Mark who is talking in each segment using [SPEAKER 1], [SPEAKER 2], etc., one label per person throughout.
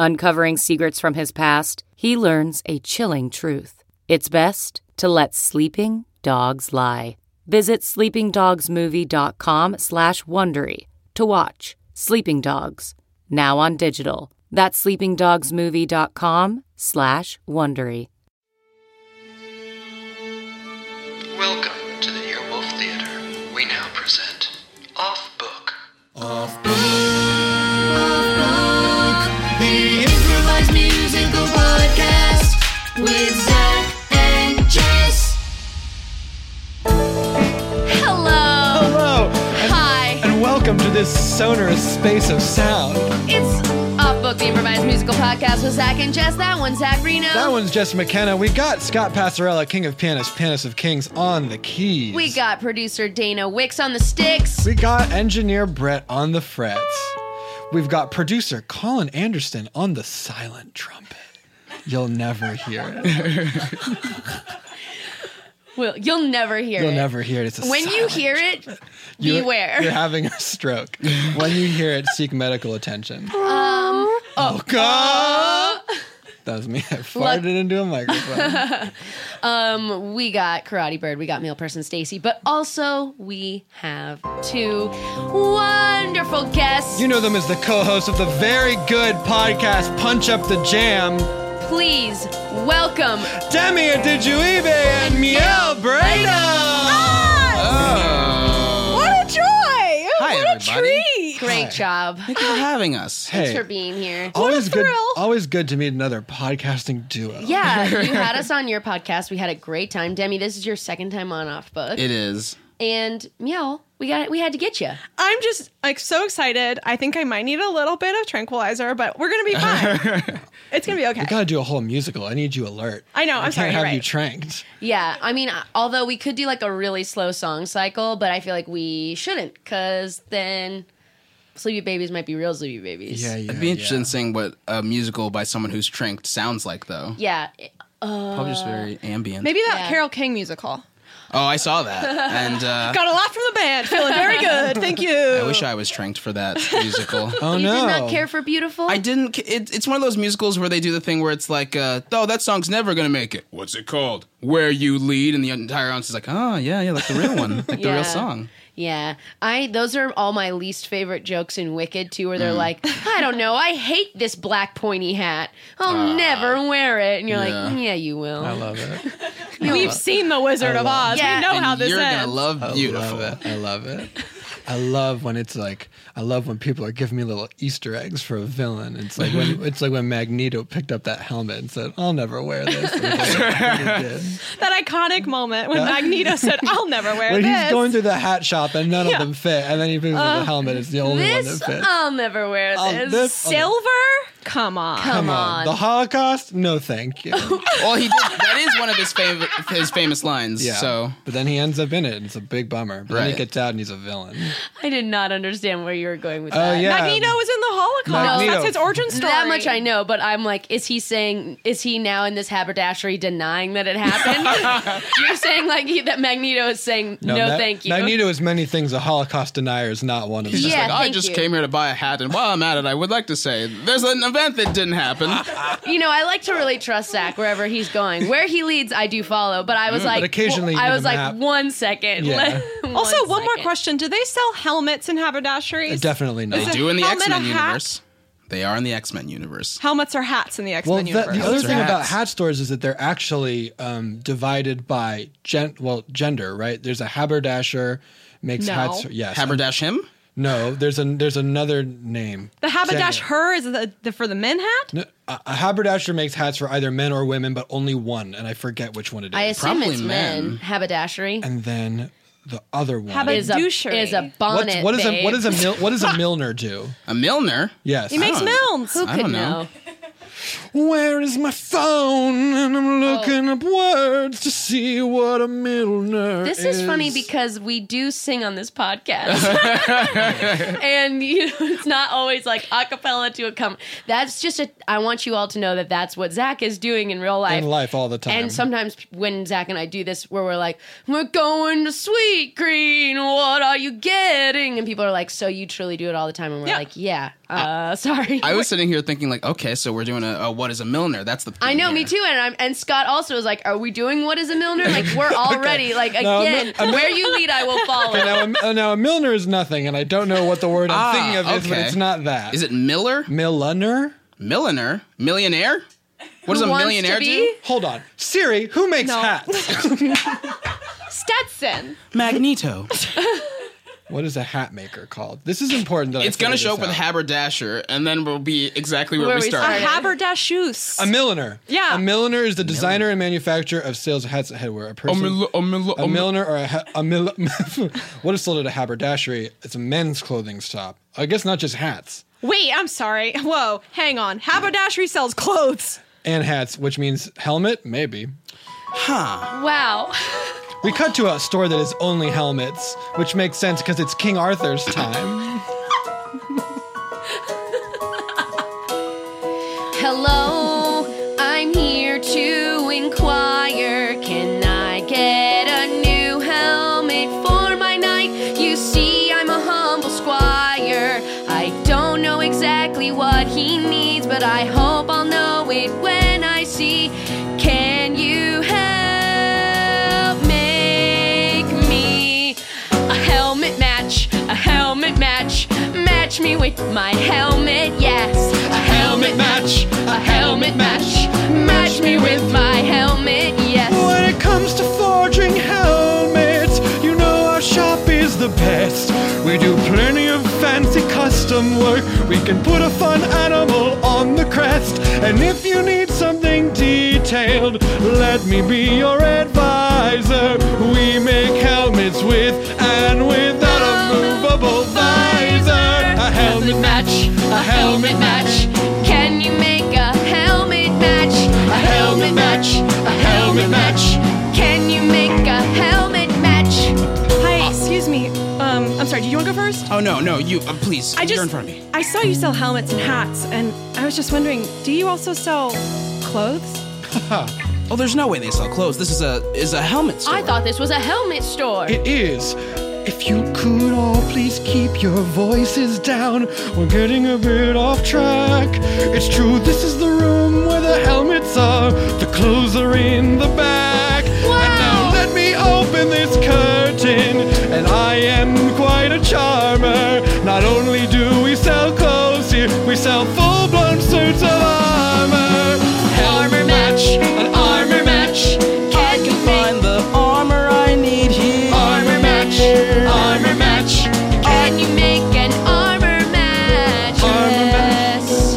[SPEAKER 1] Uncovering secrets from his past, he learns a chilling truth. It's best to let sleeping dogs lie. Visit sleepingdogsmovie.com slash Wondery to watch Sleeping Dogs, now on digital. That's sleepingdogsmovie.com slash Wondery.
[SPEAKER 2] Welcome to the Earwolf Theater. We now present Off Book.
[SPEAKER 3] Off book, off book, the improvised musical podcast with Zach and Jess.
[SPEAKER 4] Hello.
[SPEAKER 5] Hello,
[SPEAKER 4] Hi.
[SPEAKER 5] and welcome to this sonorous space of sound.
[SPEAKER 4] It's Off Book, the improvised musical podcast with Zach and Jess. That one's Zach Reno.
[SPEAKER 5] That one's Jess McKenna. We got Scott Passarella, King of Pianists, Pianist of Kings, on the keys.
[SPEAKER 4] We got producer Dana Wicks on the sticks.
[SPEAKER 5] We got engineer Brett on the frets. We've got producer Colin Anderson on the silent trumpet. You'll never hear it.
[SPEAKER 4] Well, you'll never hear
[SPEAKER 5] You'll
[SPEAKER 4] it.
[SPEAKER 5] never hear it. It's a
[SPEAKER 4] When you
[SPEAKER 5] silent-
[SPEAKER 4] hear it,
[SPEAKER 5] You're-
[SPEAKER 4] beware.
[SPEAKER 5] You're having a stroke. when you hear it, seek medical attention.
[SPEAKER 4] um, uh,
[SPEAKER 5] Oh God! That was me. I farted into a microphone.
[SPEAKER 4] um, we got Karate Bird, we got Meal Person Stacy, but also we have two wonderful guests.
[SPEAKER 5] You know them as the co-hosts of the very good podcast Punch Up the Jam,
[SPEAKER 4] Please welcome
[SPEAKER 5] Demi and Dijuibe and Miel Breda. Oh.
[SPEAKER 6] What a joy!
[SPEAKER 7] Hi,
[SPEAKER 6] what
[SPEAKER 7] everybody.
[SPEAKER 6] a treat!
[SPEAKER 4] Great job.
[SPEAKER 7] Thank you for having us.
[SPEAKER 5] Hey,
[SPEAKER 4] Thanks for being here.
[SPEAKER 5] always good.
[SPEAKER 6] thrill.
[SPEAKER 5] Always good to meet another podcasting duo.
[SPEAKER 4] Yeah, you had us on your podcast. We had a great time. Demi, this is your second time on Off Book.
[SPEAKER 7] It is.
[SPEAKER 4] and meow, we got we had to get you.
[SPEAKER 6] I'm just like so excited. I think I might need a little bit of tranquilizer, but we're gonna be fine. it's gonna be okay.
[SPEAKER 5] I gotta do a whole musical. I need you alert.
[SPEAKER 6] I know, I'm
[SPEAKER 5] can't
[SPEAKER 6] sorry,
[SPEAKER 5] Have
[SPEAKER 6] you're
[SPEAKER 5] you
[SPEAKER 6] right.
[SPEAKER 5] tranked?
[SPEAKER 4] Yeah, I mean, uh, although we could do like a really slow song cycle, but I feel like we shouldn't because then Sleepy Babies might be real Sleepy Babies.
[SPEAKER 5] Yeah, yeah.
[SPEAKER 7] It'd be interesting
[SPEAKER 5] yeah.
[SPEAKER 7] seeing what a musical by someone who's tranked sounds like, though.
[SPEAKER 4] yeah. Uh,
[SPEAKER 7] Probably just very ambient.
[SPEAKER 6] Maybe that
[SPEAKER 4] Yeah.
[SPEAKER 6] Carol King musical.
[SPEAKER 7] Oh, I saw that, and uh,
[SPEAKER 6] Got a lot from the band. Feeling very good. Thank you.
[SPEAKER 7] I wish I was tranked for that musical.
[SPEAKER 5] Oh
[SPEAKER 4] you
[SPEAKER 5] no!
[SPEAKER 4] did not care for beautiful.
[SPEAKER 7] I didn't. ca- It, it's one of those musicals where they do the thing where it's like, uh, "Oh, that song's never gonna make it." What's it called? Where you lead, and the entire audience is like, "Oh, yeah, yeah, like the real one, like the
[SPEAKER 4] Yeah.
[SPEAKER 7] real song."
[SPEAKER 4] yeah, I those are all my least favorite jokes in Wicked too, where they're
[SPEAKER 5] Mm.
[SPEAKER 4] like, I don't know, I hate this black pointy hat. I'll never wear it, and you're
[SPEAKER 7] yeah.
[SPEAKER 4] like, Yeah, you will.
[SPEAKER 5] Ah. I love it.
[SPEAKER 6] We've seen The Wizard of Oz.
[SPEAKER 4] Yeah.
[SPEAKER 6] We know
[SPEAKER 4] And
[SPEAKER 6] how this
[SPEAKER 7] You're
[SPEAKER 6] ends.
[SPEAKER 7] gonna love
[SPEAKER 5] I
[SPEAKER 7] beautiful.
[SPEAKER 5] love it. I love it. I love when it's like I love when people are giving me little Easter eggs for a villain. It's like when it's like when Magneto picked up that helmet and said, "I'll never wear this." And it's like, he did.
[SPEAKER 6] that iconic moment when Magneto said, "I'll never wear
[SPEAKER 5] when
[SPEAKER 6] this."
[SPEAKER 5] he's going through the hat shop and none
[SPEAKER 6] Yeah.
[SPEAKER 5] of them fit, and then he picks up the helmet. It's the only one that
[SPEAKER 4] This uh,
[SPEAKER 5] fits. Oh,
[SPEAKER 4] I'll never wear.
[SPEAKER 5] I'll
[SPEAKER 4] This.
[SPEAKER 5] never-
[SPEAKER 6] Silver? Come on.
[SPEAKER 4] Come on.
[SPEAKER 5] The Holocaust? No, thank you.
[SPEAKER 7] Well, he did. That is one of his favorite, his famous lines.
[SPEAKER 5] Yeah.
[SPEAKER 7] So
[SPEAKER 5] but then he ends up in it. and It's a big bummer. But then he
[SPEAKER 7] Right.
[SPEAKER 5] gets out and he's a villain.
[SPEAKER 4] I did not understand where you were going with
[SPEAKER 5] Oh
[SPEAKER 4] that.
[SPEAKER 5] yeah.
[SPEAKER 6] Magneto was in the Holocaust.
[SPEAKER 5] Magneto.
[SPEAKER 6] That's his origin story.
[SPEAKER 4] That much I know, but I'm like, is he saying, is he now in this haberdashery denying that it happened? You're saying like he, that Magneto is saying, no,
[SPEAKER 5] Ma-
[SPEAKER 4] thank you.
[SPEAKER 5] Magneto is many things. A Holocaust denier is not one of them.
[SPEAKER 7] He's
[SPEAKER 4] Yeah,
[SPEAKER 7] just like, I
[SPEAKER 4] thank
[SPEAKER 7] just
[SPEAKER 4] you."
[SPEAKER 7] came here to buy a hat, and while I'm at it, I would like to say there's an event that didn't happen.
[SPEAKER 4] You know, I like to really trust Zach wherever he's going. Where he leads, I do follow, but I was like,
[SPEAKER 5] Mm. occasionally you
[SPEAKER 4] I
[SPEAKER 5] need
[SPEAKER 4] was
[SPEAKER 5] a
[SPEAKER 4] like,
[SPEAKER 5] map.
[SPEAKER 4] one second.
[SPEAKER 5] Yeah.
[SPEAKER 4] let- one
[SPEAKER 6] Also, one more
[SPEAKER 4] second.
[SPEAKER 6] question. Do they sell helmets in haberdasheries?
[SPEAKER 5] Definitely not.
[SPEAKER 7] They do in the X
[SPEAKER 6] helmet,
[SPEAKER 7] Men
[SPEAKER 6] a hat?
[SPEAKER 7] universe. They are in the X Men universe.
[SPEAKER 6] Helmets are hats in the X Men
[SPEAKER 5] Well, the,
[SPEAKER 6] universe.
[SPEAKER 5] the other
[SPEAKER 7] Those are
[SPEAKER 5] thing about
[SPEAKER 7] hats.
[SPEAKER 5] hat stores is that they're actually um, divided by gen- well gender, right? There's a haberdasher makes
[SPEAKER 6] No.
[SPEAKER 5] hats. Yes,
[SPEAKER 7] Haberdash him?
[SPEAKER 5] no, there's an there's another name.
[SPEAKER 6] the haberdash
[SPEAKER 5] Gender.
[SPEAKER 6] her is the, the for the men hat.
[SPEAKER 5] No, a, a haberdasher makes hats for either men or women, but only one, and I forget which one it is.
[SPEAKER 4] I assume
[SPEAKER 7] Probably
[SPEAKER 4] it's men.
[SPEAKER 7] men.
[SPEAKER 4] Haberdashery
[SPEAKER 5] and then the other one.
[SPEAKER 6] Haberdasher.
[SPEAKER 4] is a
[SPEAKER 6] Douchery.
[SPEAKER 4] is a
[SPEAKER 5] What's-
[SPEAKER 4] bonnet.
[SPEAKER 5] what is
[SPEAKER 4] babe.
[SPEAKER 5] a what is a mil, what does a Milner do?
[SPEAKER 7] A Milner?
[SPEAKER 5] Yes,
[SPEAKER 6] He makes melons.
[SPEAKER 4] Who
[SPEAKER 7] I
[SPEAKER 4] could
[SPEAKER 7] don't
[SPEAKER 4] know?
[SPEAKER 7] know.
[SPEAKER 5] Where is my phone? And I'm looking up words to see what a Milner
[SPEAKER 4] This is funny because we do sing on this podcast, and you know it's not always like a cappella to a come. That's just a. I want you all to know that that's what Zach is doing in real life.
[SPEAKER 5] in life all the time.
[SPEAKER 4] And sometimes when Zach and I do this, where we're like, "We're going to Sweet Green. What are you getting?" and people are like, "So you truly do it all the time?" And we're
[SPEAKER 6] Yeah.
[SPEAKER 4] like, "Yeah, uh, sorry."
[SPEAKER 7] I was sitting here thinking, like, okay, so we're doing a, a what is a Milner? That's the.
[SPEAKER 4] I
[SPEAKER 7] theme
[SPEAKER 4] know, me
[SPEAKER 7] here.
[SPEAKER 4] too. And I'm, and Scott also was like, "Are we doing what is a Milner?" Like we're already like
[SPEAKER 5] No, I'm
[SPEAKER 4] again,
[SPEAKER 5] not- I'm not-
[SPEAKER 4] where you lead, I will follow.
[SPEAKER 5] And now, a, uh, now a Milner is nothing, and I don't know what the word I'm
[SPEAKER 7] Ah,
[SPEAKER 5] thinking of is, but
[SPEAKER 7] okay.
[SPEAKER 5] it's not that.
[SPEAKER 7] Is it Miller?
[SPEAKER 5] Milliner?
[SPEAKER 7] Milliner? Millionaire? What does a
[SPEAKER 4] wants to
[SPEAKER 7] millionaire
[SPEAKER 4] be?
[SPEAKER 7] do?
[SPEAKER 5] Hold on, Siri. Who makes hats?
[SPEAKER 6] Stetson.
[SPEAKER 7] Magneto.
[SPEAKER 5] what is a hat maker called? This is important. That I
[SPEAKER 7] it's gonna
[SPEAKER 5] figure
[SPEAKER 7] show up
[SPEAKER 5] this
[SPEAKER 7] with
[SPEAKER 5] out.
[SPEAKER 7] haberdasher, and then we'll be exactly where,
[SPEAKER 4] Where
[SPEAKER 7] we
[SPEAKER 4] we
[SPEAKER 6] A
[SPEAKER 7] started.
[SPEAKER 4] started.
[SPEAKER 6] haberdashoos.
[SPEAKER 5] A milliner.
[SPEAKER 6] Yeah.
[SPEAKER 5] A milliner is the designer and manufacturer of sales of hats and headwear. A
[SPEAKER 7] A
[SPEAKER 5] person.
[SPEAKER 7] mil- a mil-
[SPEAKER 5] a milliner or a, ha- a mill. what is sold at a haberdashery? It's a men's clothing shop. I guess not just hats
[SPEAKER 6] Wait, I'm sorry. Whoa, hang on. Haberdashery sells clothes.
[SPEAKER 5] and hats, which means helmet, maybe.
[SPEAKER 4] wow.
[SPEAKER 5] We cut to a store that is only helmets, which makes sense because it's King Arthur's time.
[SPEAKER 4] Hello, I'm here to inquire. Can I get a new helmet for my knight? You see, I'm a humble squire. I don't know exactly what he needs, but I hope I'll know it when I see. Can you help make me a helmet match? A helmet match. Match me with my helmet, yes. A helmet match. A helmet match. Match me with my helmet, yes.
[SPEAKER 5] When it comes to forging helmets, you know our shop is the best. We do plenty of fancy custom work. We can put a fun animal on the crest. And if you need something detailed, let me be your advisor. We make helmets with and without a movable visor. A helmet
[SPEAKER 4] match. A helmet match. Can you make a helmet match? A helmet match. A helmet match. Can you make a helmet match?
[SPEAKER 6] Hi, excuse me. Um, I'm sorry. Do you want to go first?
[SPEAKER 7] oh no, no, you uh, please.
[SPEAKER 6] I just
[SPEAKER 7] you're in front of me.
[SPEAKER 6] I saw you sell helmets and hats, and I was just wondering, do you also sell clothes?
[SPEAKER 7] Oh, there's no way they sell clothes. This is a is a helmet store.
[SPEAKER 4] I thought this was a helmet store.
[SPEAKER 5] It is. If you could all please keep your voices down, we're getting a bit off track. It's true, this is the room where the helmets are, the clothes are in the back. And now let me open this curtain, and I am quite a charmer. Not only do we sell clothes here, we sell full blown suits of armor. Armor match, an armor match.
[SPEAKER 4] Can you make
[SPEAKER 7] find the armor I need here.
[SPEAKER 5] Armor match, armor match.
[SPEAKER 4] Can you make an armor match?
[SPEAKER 5] Armor match.
[SPEAKER 4] Yes.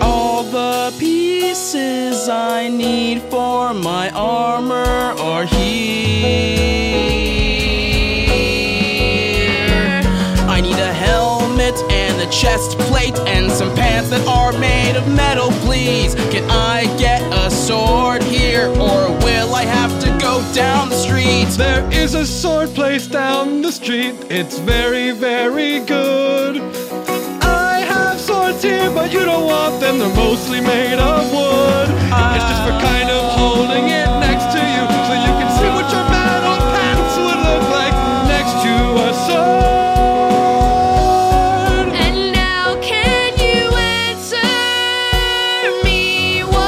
[SPEAKER 7] All the pieces I need for my armor are here. I need a helmet and a chest plate and some pants that are made of metal, please. Can I get a sword here or will I have to go down the street?
[SPEAKER 5] There is a sword place down the street. It's very, very good. I have swords here, but you don't want them. They're mostly made of wood. It's just for kind of holding it next to you so you can see what your metal pants would look like next to a sword.
[SPEAKER 4] And now can you answer me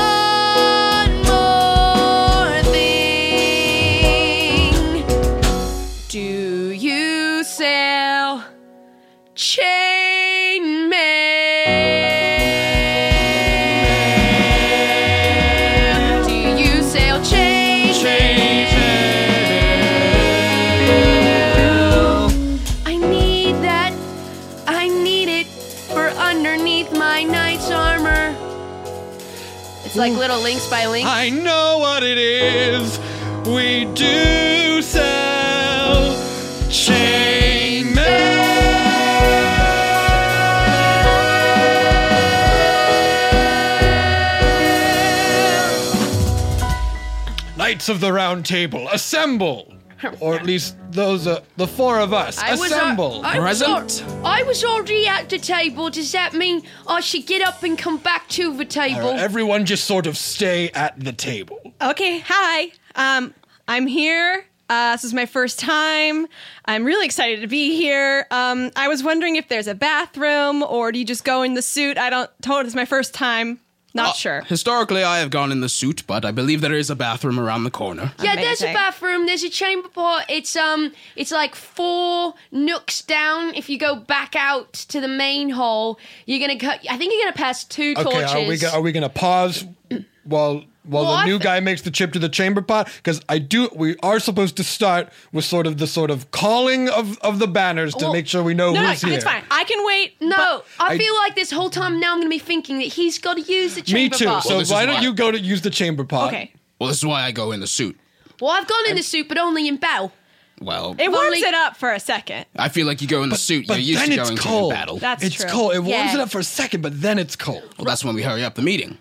[SPEAKER 4] one more thing? Do you sell chainmail? It's like little links by link.
[SPEAKER 5] I know what it is. We do sell chain mail. Knights of the Round Table, assemble! Or at least those, uh, the four of us, assemble!
[SPEAKER 4] I was, al-
[SPEAKER 8] Present.
[SPEAKER 4] I was already at the table. Does that mean I should get up and come back to the table?
[SPEAKER 5] Everyone just sort of stay at the table.
[SPEAKER 6] Okay, hi. Um, I'm here. Uh, this is my first time. I'm really excited to be here. Um, I was wondering if there's a bathroom or do you just go in the suit? I don't. Told it's my first time. Not
[SPEAKER 7] Oh,
[SPEAKER 6] sure.
[SPEAKER 8] Historically, I have gone in the suit, but I believe there is a bathroom around the corner.
[SPEAKER 4] yeah, there's a
[SPEAKER 6] Amazing.
[SPEAKER 4] bathroom. There's a chamber pot. It's um, it's like four nooks down. If you go back out to the main hall, you're gonna cut. I think you're gonna pass two
[SPEAKER 5] Okay,
[SPEAKER 4] torches.
[SPEAKER 5] are we, go- are we gonna pause while while
[SPEAKER 4] Well,
[SPEAKER 5] the
[SPEAKER 4] I
[SPEAKER 5] new
[SPEAKER 4] thi-
[SPEAKER 5] guy makes the trip to the chamber pot? Because I do, we are supposed to start with sort of the sort of calling of of the banners to
[SPEAKER 4] Well,
[SPEAKER 5] make sure we know
[SPEAKER 6] No, no,
[SPEAKER 5] who's here.
[SPEAKER 6] it's fine. I can wait.
[SPEAKER 4] no, I,
[SPEAKER 5] I-
[SPEAKER 4] feel like this whole time now I'm gonna be thinking that he's got to use the
[SPEAKER 5] Me
[SPEAKER 4] chamber
[SPEAKER 5] too.
[SPEAKER 4] pot.
[SPEAKER 5] so
[SPEAKER 8] this is
[SPEAKER 5] why don't
[SPEAKER 8] why.
[SPEAKER 5] you go to use the chamber
[SPEAKER 7] Uh,
[SPEAKER 5] pot?
[SPEAKER 6] Okay.
[SPEAKER 8] Well, this is why I go in the suit.
[SPEAKER 4] well, I've gone in the suit, but only in battle.
[SPEAKER 8] Well,
[SPEAKER 6] It warms
[SPEAKER 4] Only-
[SPEAKER 6] it up for a second.
[SPEAKER 8] I feel like you go in the suit.
[SPEAKER 5] But
[SPEAKER 8] You're used
[SPEAKER 5] then
[SPEAKER 8] to
[SPEAKER 5] it's
[SPEAKER 8] going
[SPEAKER 5] cold.
[SPEAKER 8] to the battle.
[SPEAKER 6] That's
[SPEAKER 5] it's
[SPEAKER 6] true.
[SPEAKER 5] cold. It warms
[SPEAKER 4] Yeah.
[SPEAKER 5] it up for a second, but then it's cold.
[SPEAKER 8] well, that's when we hurry up the meeting.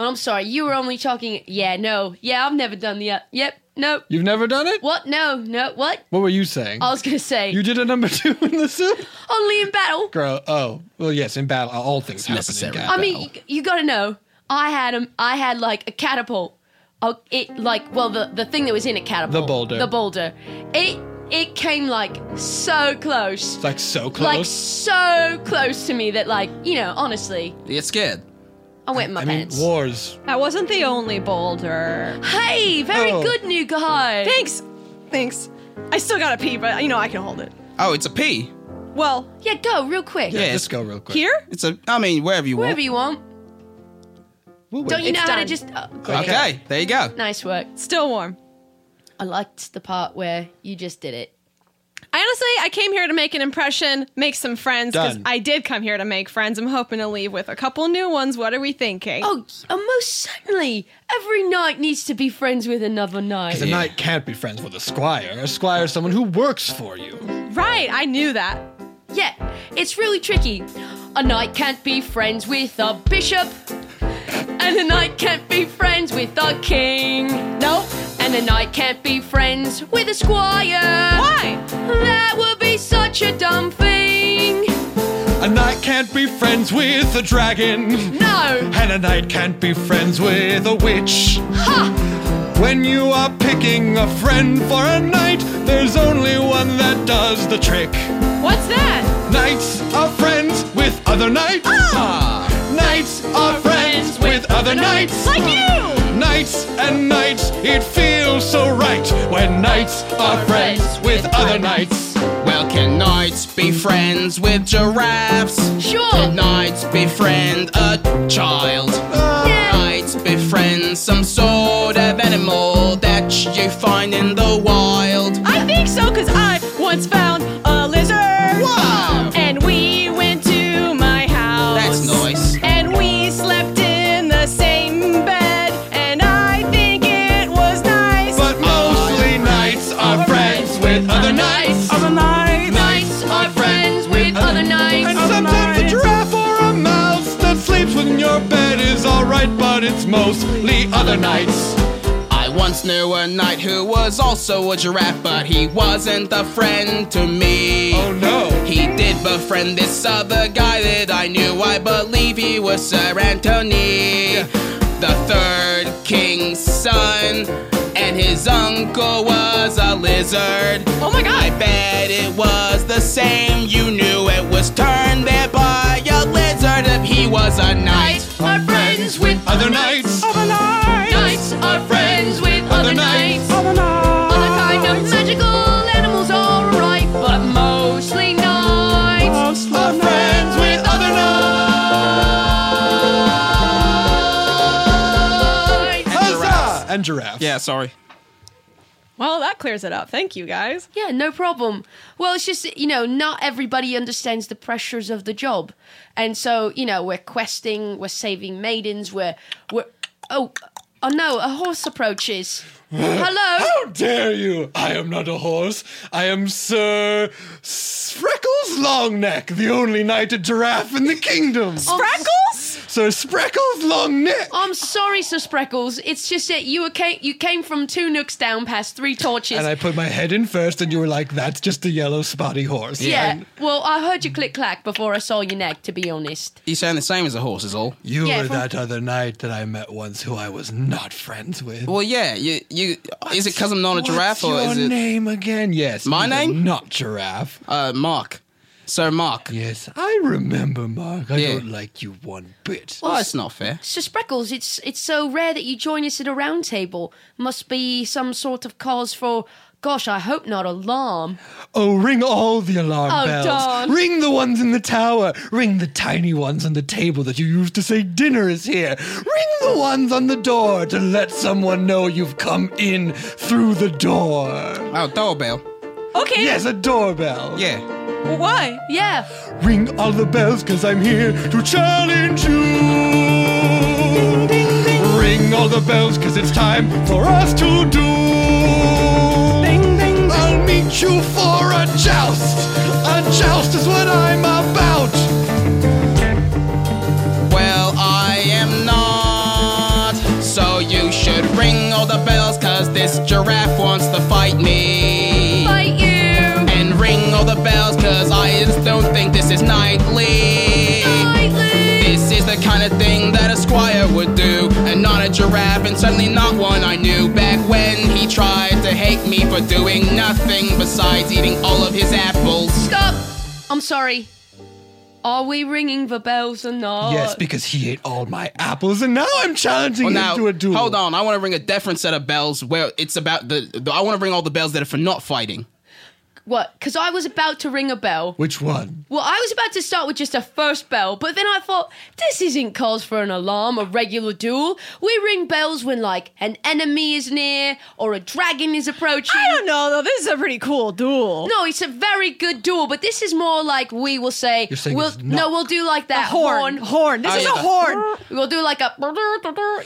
[SPEAKER 4] Oh, I'm sorry. You were only talking. Yeah, no. Yeah, I've never done the. Uh, yep. No.
[SPEAKER 5] You've never done it?
[SPEAKER 4] What? No. No. What?
[SPEAKER 5] What were you saying?
[SPEAKER 4] I was gonna say
[SPEAKER 5] you did a number two in the suit,
[SPEAKER 4] only in battle.
[SPEAKER 5] girl. Oh, well, yes, in battle, all things happen
[SPEAKER 8] necessary.
[SPEAKER 5] in battle.
[SPEAKER 4] I mean, you, you gotta know. I had um, I had like a catapult. Oh, it like well the the thing that was in a catapult.
[SPEAKER 5] The boulder.
[SPEAKER 4] The boulder. It it came like so close.
[SPEAKER 5] it's like so close.
[SPEAKER 4] Like so close to me that like you know honestly
[SPEAKER 8] You get scared.
[SPEAKER 4] I went in my
[SPEAKER 5] I mean,
[SPEAKER 4] pants.
[SPEAKER 5] wars.
[SPEAKER 6] That wasn't the only boulder.
[SPEAKER 4] hey, very
[SPEAKER 5] Oh.
[SPEAKER 4] good new guy.
[SPEAKER 6] Thanks. Thanks. I still gotta pee, but you know I can hold it.
[SPEAKER 8] Oh, it's a pee.
[SPEAKER 6] Well,
[SPEAKER 4] yeah, go real quick.
[SPEAKER 8] Yeah.
[SPEAKER 5] Let's go real quick.
[SPEAKER 6] here.
[SPEAKER 8] It's a. I mean, wherever you
[SPEAKER 4] Wherever
[SPEAKER 8] want.
[SPEAKER 4] you want.
[SPEAKER 5] We'll wait.
[SPEAKER 4] Don't you know how to
[SPEAKER 6] done.
[SPEAKER 4] just? Oh, great.
[SPEAKER 8] okay, there you go.
[SPEAKER 4] Nice work.
[SPEAKER 6] Still warm.
[SPEAKER 4] I liked the part where you just did it.
[SPEAKER 6] I honestly, I came here to make an impression, make some friends, because
[SPEAKER 5] Done.
[SPEAKER 6] I did come here to make friends. I'm hoping to leave with a couple new ones. What are we thinking?
[SPEAKER 4] Oh, uh, most certainly. Every knight needs to be friends with another knight.
[SPEAKER 5] The knight can't be friends with a squire. A squire is someone who works for you.
[SPEAKER 6] right. I knew that.
[SPEAKER 4] Yeah, it's really tricky. A knight can't be friends with a bishop, and a knight can't be friends with a king. No, and a knight can't be friends with a squire.
[SPEAKER 6] Why?
[SPEAKER 4] That would be such a dumb thing.
[SPEAKER 5] A knight can't be friends with a dragon.
[SPEAKER 4] No.
[SPEAKER 5] And a knight can't be friends with a witch.
[SPEAKER 4] Ha!
[SPEAKER 5] When you are picking a friend for a knight, there's only one that does the trick.
[SPEAKER 6] What's that?
[SPEAKER 5] Knights are friends with other knights. Knights are friends with other knights.
[SPEAKER 6] Ah! Like you.
[SPEAKER 5] Knights and knights, it feels so right when knights are friends with other knights.
[SPEAKER 8] Well, can knights be friends with giraffes?
[SPEAKER 4] Sure.
[SPEAKER 8] Can knights befriend a child? Knights befriend some sort of animal that you find in the wild.
[SPEAKER 6] I think so, cause I once found a lizard.
[SPEAKER 8] Wow.
[SPEAKER 6] And we went to my house.
[SPEAKER 8] That's nice.
[SPEAKER 6] And we slept in the same bed. And I think it was nice.
[SPEAKER 5] But mostly knights are friends with other knights.
[SPEAKER 6] Other night.
[SPEAKER 4] Knights are friends with other
[SPEAKER 5] And
[SPEAKER 4] knights.
[SPEAKER 5] sometimes a giraffe or a mouse that sleeps in your bed is alright, but it's mostly other knights.
[SPEAKER 8] I once knew a knight who was also a giraffe, but he wasn't a friend to me.
[SPEAKER 5] Oh no.
[SPEAKER 8] He did befriend this other guy that I knew. I believe he was Sir Anthony, the third king's son, and his uncle was a lizard.
[SPEAKER 6] Oh my
[SPEAKER 8] I
[SPEAKER 6] god.
[SPEAKER 8] bet it was the same. You knew it was turned there by a lizard if he was a knight.
[SPEAKER 4] Knights are friends with
[SPEAKER 5] Other knights.
[SPEAKER 4] Knights are friends with other knights. Other kind of magical animals are right, but mostly knights.
[SPEAKER 5] Are friends with other
[SPEAKER 4] Knights.
[SPEAKER 5] knights. And giraffes.
[SPEAKER 8] Yeah, sorry.
[SPEAKER 6] Well, that clears it up. Thank you guys.
[SPEAKER 4] Yeah, no problem. Well, it's just, you know, not everybody understands the pressures of the job. And so, you know, we're questing, we're saving maidens, we're we're Oh, oh no, a horse approaches. Hello?
[SPEAKER 5] How dare you! I am not a horse. I am Sir S- Freckles Longneck, the only knighted giraffe in the kingdom.
[SPEAKER 4] Oh.
[SPEAKER 6] Freckles?
[SPEAKER 5] Sir Spreckles Longneck.
[SPEAKER 4] I'm sorry, Sir Spreckles. It's just that you were ca- you came from two nooks down past three torches.
[SPEAKER 5] And I put my head in first, and you were like, "That's just a yellow spotty horse."
[SPEAKER 4] yeah. Well, I heard you click clack before I saw your neck, to be honest.
[SPEAKER 8] You sound the same as a horse, is all.
[SPEAKER 5] You
[SPEAKER 4] Yeah,
[SPEAKER 5] were
[SPEAKER 4] from-
[SPEAKER 5] that other knight that I met once, who I was not friends with.
[SPEAKER 8] Well, yeah. You, you is it because I'm not a giraffe or
[SPEAKER 5] What's
[SPEAKER 8] is
[SPEAKER 5] your
[SPEAKER 8] it
[SPEAKER 5] name again? Yes,
[SPEAKER 8] My
[SPEAKER 5] you were
[SPEAKER 8] name?
[SPEAKER 5] not giraffe.
[SPEAKER 8] uh, Mark? Sir Mark.
[SPEAKER 5] Yes, I remember, Mark. I
[SPEAKER 8] Yeah.
[SPEAKER 5] don't like you one bit.
[SPEAKER 8] Oh, it's not fair.
[SPEAKER 4] Sir Spreckles, it's it's so rare that you join us at a round table. Must be some sort of cause for gosh, I hope not alarm.
[SPEAKER 5] Oh, ring all the alarm
[SPEAKER 4] Oh,
[SPEAKER 5] bells.
[SPEAKER 4] darn.
[SPEAKER 5] Ring the ones in the tower. Ring the tiny ones on the table that you used to say dinner is here. Ring the ones on the door to let someone know you've come in through the door.
[SPEAKER 8] Oh, doorbell.
[SPEAKER 6] Okay.
[SPEAKER 5] Yes, a doorbell.
[SPEAKER 8] Yeah.
[SPEAKER 6] Why?
[SPEAKER 4] Yeah.
[SPEAKER 5] Ring all the bells, cause I'm here to challenge you. Ring all the bells, cause it's time for us to do. I'll meet you for a joust. A joust is what I'm about.
[SPEAKER 8] Well, I am not. So you should ring all the bells, cause this giraffe wants to fight me.
[SPEAKER 4] Fight you.
[SPEAKER 8] And ring all the bells, cause I just don't think this is knightly.
[SPEAKER 4] Lightly.
[SPEAKER 8] This is the kind of thing that a squire would do, and not a giraffe, and certainly not one I knew. Back when he tried to hate me for doing nothing besides eating all of his apples.
[SPEAKER 4] Stop. I'm sorry. Are we ringing the bells or
[SPEAKER 8] Uh,
[SPEAKER 4] not?
[SPEAKER 5] Yes, because he ate all my apples, and now I'm challenging
[SPEAKER 8] Well,
[SPEAKER 5] him
[SPEAKER 8] now,
[SPEAKER 5] to a duel.
[SPEAKER 8] hold on. I want to ring a different set of bells where it's about the. the I want to ring all the bells that are for not fighting.
[SPEAKER 4] What? Because I was about to ring a bell.
[SPEAKER 5] Which one?
[SPEAKER 4] Well, I was about to start with just a first bell, but then I thought, this isn't cause for an alarm, a regular duel. We ring bells when, like, an enemy is near or a dragon is approaching.
[SPEAKER 6] I don't know, though. This is a pretty cool duel.
[SPEAKER 4] No, it's a very good duel, but this is more like we will say,
[SPEAKER 5] You're saying
[SPEAKER 4] we'll,
[SPEAKER 5] it's not-
[SPEAKER 4] no, we'll do like that
[SPEAKER 6] horn. Horn. This
[SPEAKER 8] Oh,
[SPEAKER 6] is
[SPEAKER 8] yeah,
[SPEAKER 6] a
[SPEAKER 8] the-
[SPEAKER 6] horn.
[SPEAKER 4] We'll do like a,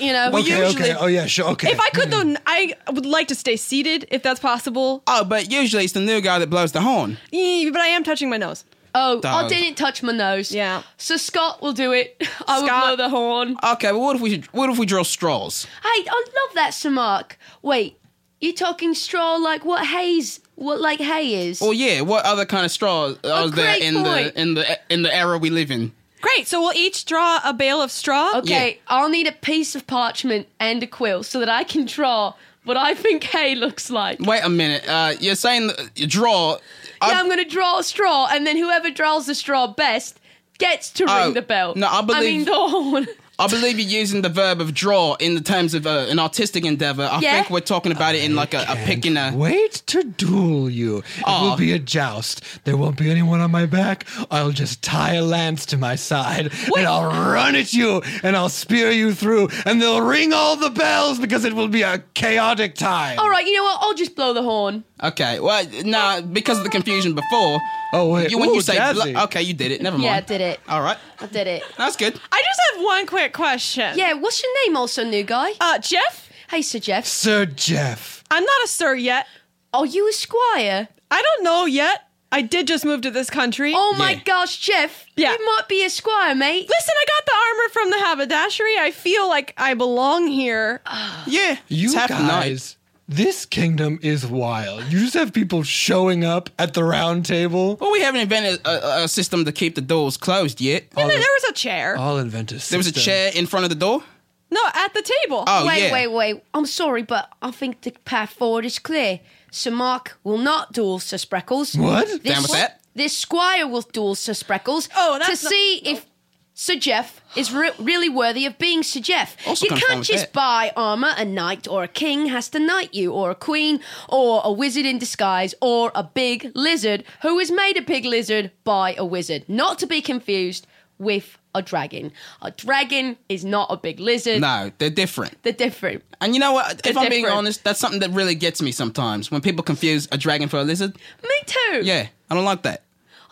[SPEAKER 4] you know.
[SPEAKER 8] Well,
[SPEAKER 5] Okay,
[SPEAKER 8] Usually-
[SPEAKER 5] okay. Oh yeah, sure. Okay.
[SPEAKER 6] If I could, though, n- I would like to stay seated if that's possible.
[SPEAKER 8] Oh, but usually it's the new guy that blows the horn.
[SPEAKER 6] Eh, But I am touching my nose.
[SPEAKER 4] oh, I
[SPEAKER 8] Dog.
[SPEAKER 4] didn't touch my nose.
[SPEAKER 6] Yeah.
[SPEAKER 4] So Scott will do it. I will blow
[SPEAKER 6] Scott.
[SPEAKER 4] the horn.
[SPEAKER 8] Okay, well, what if we what if we draw straws?
[SPEAKER 4] Hey, I love that, Samark. Wait, you talking straw like what hay's, what like hay is?
[SPEAKER 8] Well, yeah. What other kind of straws are there
[SPEAKER 4] great
[SPEAKER 8] in
[SPEAKER 4] point.
[SPEAKER 8] the in the in the era we live in?
[SPEAKER 6] Great. So we'll each draw a bale of straw.
[SPEAKER 4] Okay, I'll need a piece of parchment and a quill so that I can draw what I think hay looks like.
[SPEAKER 8] Wait a minute. Uh, you're saying that you draw.
[SPEAKER 4] yeah, I'm going to draw a straw, and then whoever draws the straw best gets to
[SPEAKER 8] Oh,
[SPEAKER 4] ring the bell.
[SPEAKER 8] no, I believe-
[SPEAKER 4] mean the horn.
[SPEAKER 8] I believe you're using the verb of draw in the terms of uh, an artistic endeavor. I
[SPEAKER 4] Yeah.
[SPEAKER 8] think we're talking about it in like a, a pick in a.
[SPEAKER 5] Wait to duel you. It
[SPEAKER 8] Aw.
[SPEAKER 5] will be a joust. There won't be anyone on my back. I'll just tie a lance to my side, and I'll run at you, and I'll spear you through, and they'll ring all the bells because it will be a chaotic time.
[SPEAKER 4] All right, you know what? I'll just blow the horn.
[SPEAKER 8] Okay. Well, nah, because of the confusion before.
[SPEAKER 5] Oh wait.
[SPEAKER 8] You, when
[SPEAKER 5] Ooh,
[SPEAKER 8] you say
[SPEAKER 5] jazzy.
[SPEAKER 8] blo- okay, you did it. Never mind.
[SPEAKER 4] Yeah, I did it.
[SPEAKER 8] All right.
[SPEAKER 4] I did it.
[SPEAKER 8] That's good.
[SPEAKER 6] I just have one quick question.
[SPEAKER 4] Yeah, what's your name, also new guy?
[SPEAKER 6] Uh, Jeff,
[SPEAKER 4] hey, Sir Jeff.
[SPEAKER 5] Sir Jeff.
[SPEAKER 6] I'm not a sir yet.
[SPEAKER 4] Are you a squire?
[SPEAKER 6] I don't know yet. I did just move to this country.
[SPEAKER 4] Oh my
[SPEAKER 8] Yeah.
[SPEAKER 4] gosh, Jeff!
[SPEAKER 6] Yeah.
[SPEAKER 4] You might be a squire, mate.
[SPEAKER 6] Listen, I got the armor from the haberdashery. I feel like I belong here.
[SPEAKER 8] Yeah.
[SPEAKER 5] You
[SPEAKER 8] it's half the night.
[SPEAKER 5] guys. This kingdom is wild. You just have people showing up at the round table.
[SPEAKER 8] Well, we haven't invented a, a- a system to keep the doors closed yet.
[SPEAKER 6] And then there was a chair.
[SPEAKER 5] I'll invent a
[SPEAKER 8] There was a chair in front of the door.
[SPEAKER 6] No, at the table.
[SPEAKER 8] Oh
[SPEAKER 4] wait,
[SPEAKER 8] yeah.
[SPEAKER 4] wait, wait. I'm sorry, but I think the path forward is clear. Sir Mark will not duel Sir Spreckles.
[SPEAKER 5] What?
[SPEAKER 4] This,
[SPEAKER 8] Down with that.
[SPEAKER 4] This squire will duel Sir Spreckles
[SPEAKER 6] Oh,
[SPEAKER 4] to
[SPEAKER 6] that's not-
[SPEAKER 4] see if Sir Jeff is re- really worthy of being Sir Jeff.
[SPEAKER 8] Also
[SPEAKER 4] you
[SPEAKER 8] kinda fine
[SPEAKER 4] can't
[SPEAKER 8] with
[SPEAKER 4] just
[SPEAKER 8] that.
[SPEAKER 4] buy armor. A knight or a king has to knight you, or a queen, or a wizard in disguise, or a big lizard who is made a big lizard by a wizard. Not to be confused with a dragon. A dragon is not a big lizard.
[SPEAKER 8] No, they're different.
[SPEAKER 4] They're different.
[SPEAKER 8] And you know what? if I'm being
[SPEAKER 4] different.
[SPEAKER 8] honest, that's something that really gets me sometimes when people confuse a dragon for a lizard.
[SPEAKER 4] Me too.
[SPEAKER 8] Yeah, I don't like that.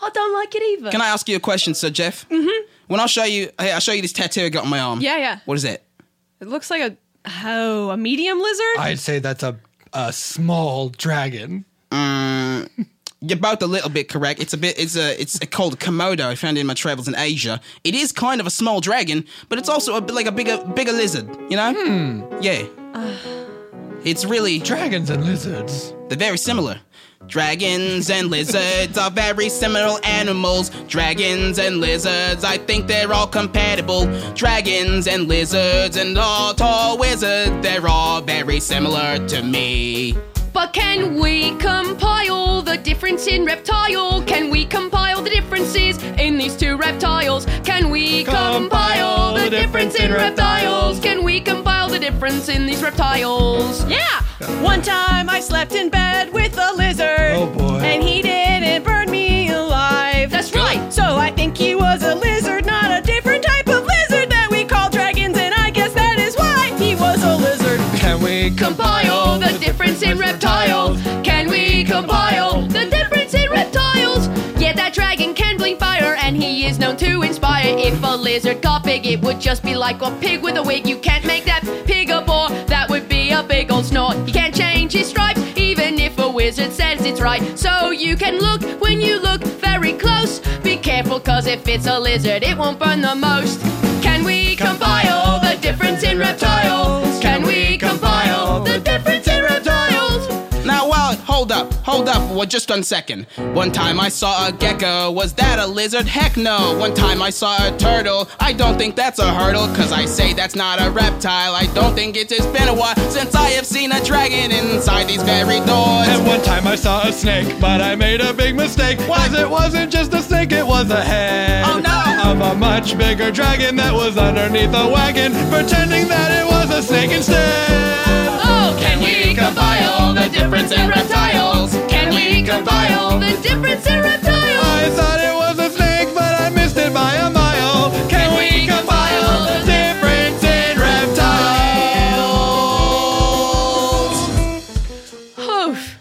[SPEAKER 4] I don't like it either.
[SPEAKER 8] Can I ask you a question, Sir Jeff? Mm-hmm. When I show you, hey, I show you this tattoo I got on my arm.
[SPEAKER 6] Yeah, yeah.
[SPEAKER 8] What is it?
[SPEAKER 6] It looks like a oh a medium lizard.
[SPEAKER 5] I'd say that's a a small dragon.
[SPEAKER 8] You're both a little bit correct. It's a bit. It's a. It's called komodo. I found it in my travels in Asia. It is kind of a small dragon, but it's also a bit like a bigger, bigger lizard. You know? Yeah. It's really.
[SPEAKER 5] Dragons and lizards.
[SPEAKER 8] They're very similar. Dragons and lizards are very similar animals. Dragons and lizards, I think they're all compatible. Dragons and lizards and all tall wizards, they're all very similar to me.
[SPEAKER 4] But can we compile the difference in reptile? Can we compile the differences in these two reptiles? Can we compile the difference in reptiles? Can we compile the difference in these reptiles?
[SPEAKER 6] Yeah. One time I slept in bed with a lizard.
[SPEAKER 5] Oh, boy.
[SPEAKER 6] And he didn't burn me alive.
[SPEAKER 4] That's right.
[SPEAKER 6] So I think he was a lizard, not a different type of lizard that we call dragons, and I guess that is why he was a lizard.
[SPEAKER 5] Can we
[SPEAKER 4] Compile the difference in reptiles. Can we compile the difference in reptiles? Yeah, that dragon can blink fire, and he is known to inspire. If a lizard got big, it would just be like a pig with a wig. You can't make that pig a bore. That would be a big old snort. He can't change his stripes, even if a wizard says it's right. So you can look when you look very close. Be careful, cause if it's a lizard, it won't burn the most. Can we compile the difference in reptiles? Can we compile the difference in reptiles?
[SPEAKER 8] Now, well, hold up, hold up, well, just one second. One time I saw a gecko, was that a lizard? Heck no. One time I saw a turtle, I don't think that's a hurdle, cause I say that's not a reptile. I don't think it has been a while since I have seen a dragon inside these very doors.
[SPEAKER 5] And one time I saw a snake, but I made a big mistake. Was it wasn't just a snake, it was a head.
[SPEAKER 8] Oh, no.
[SPEAKER 5] Of a much bigger dragon that was underneath a wagon, pretending that it was a snake instead.
[SPEAKER 4] Oh, can we compile the difference in reptiles? Can we compile the difference in reptiles?
[SPEAKER 5] I thought it was a snake, but I missed it by a mile. Can we compile the difference in reptiles?
[SPEAKER 4] Oof.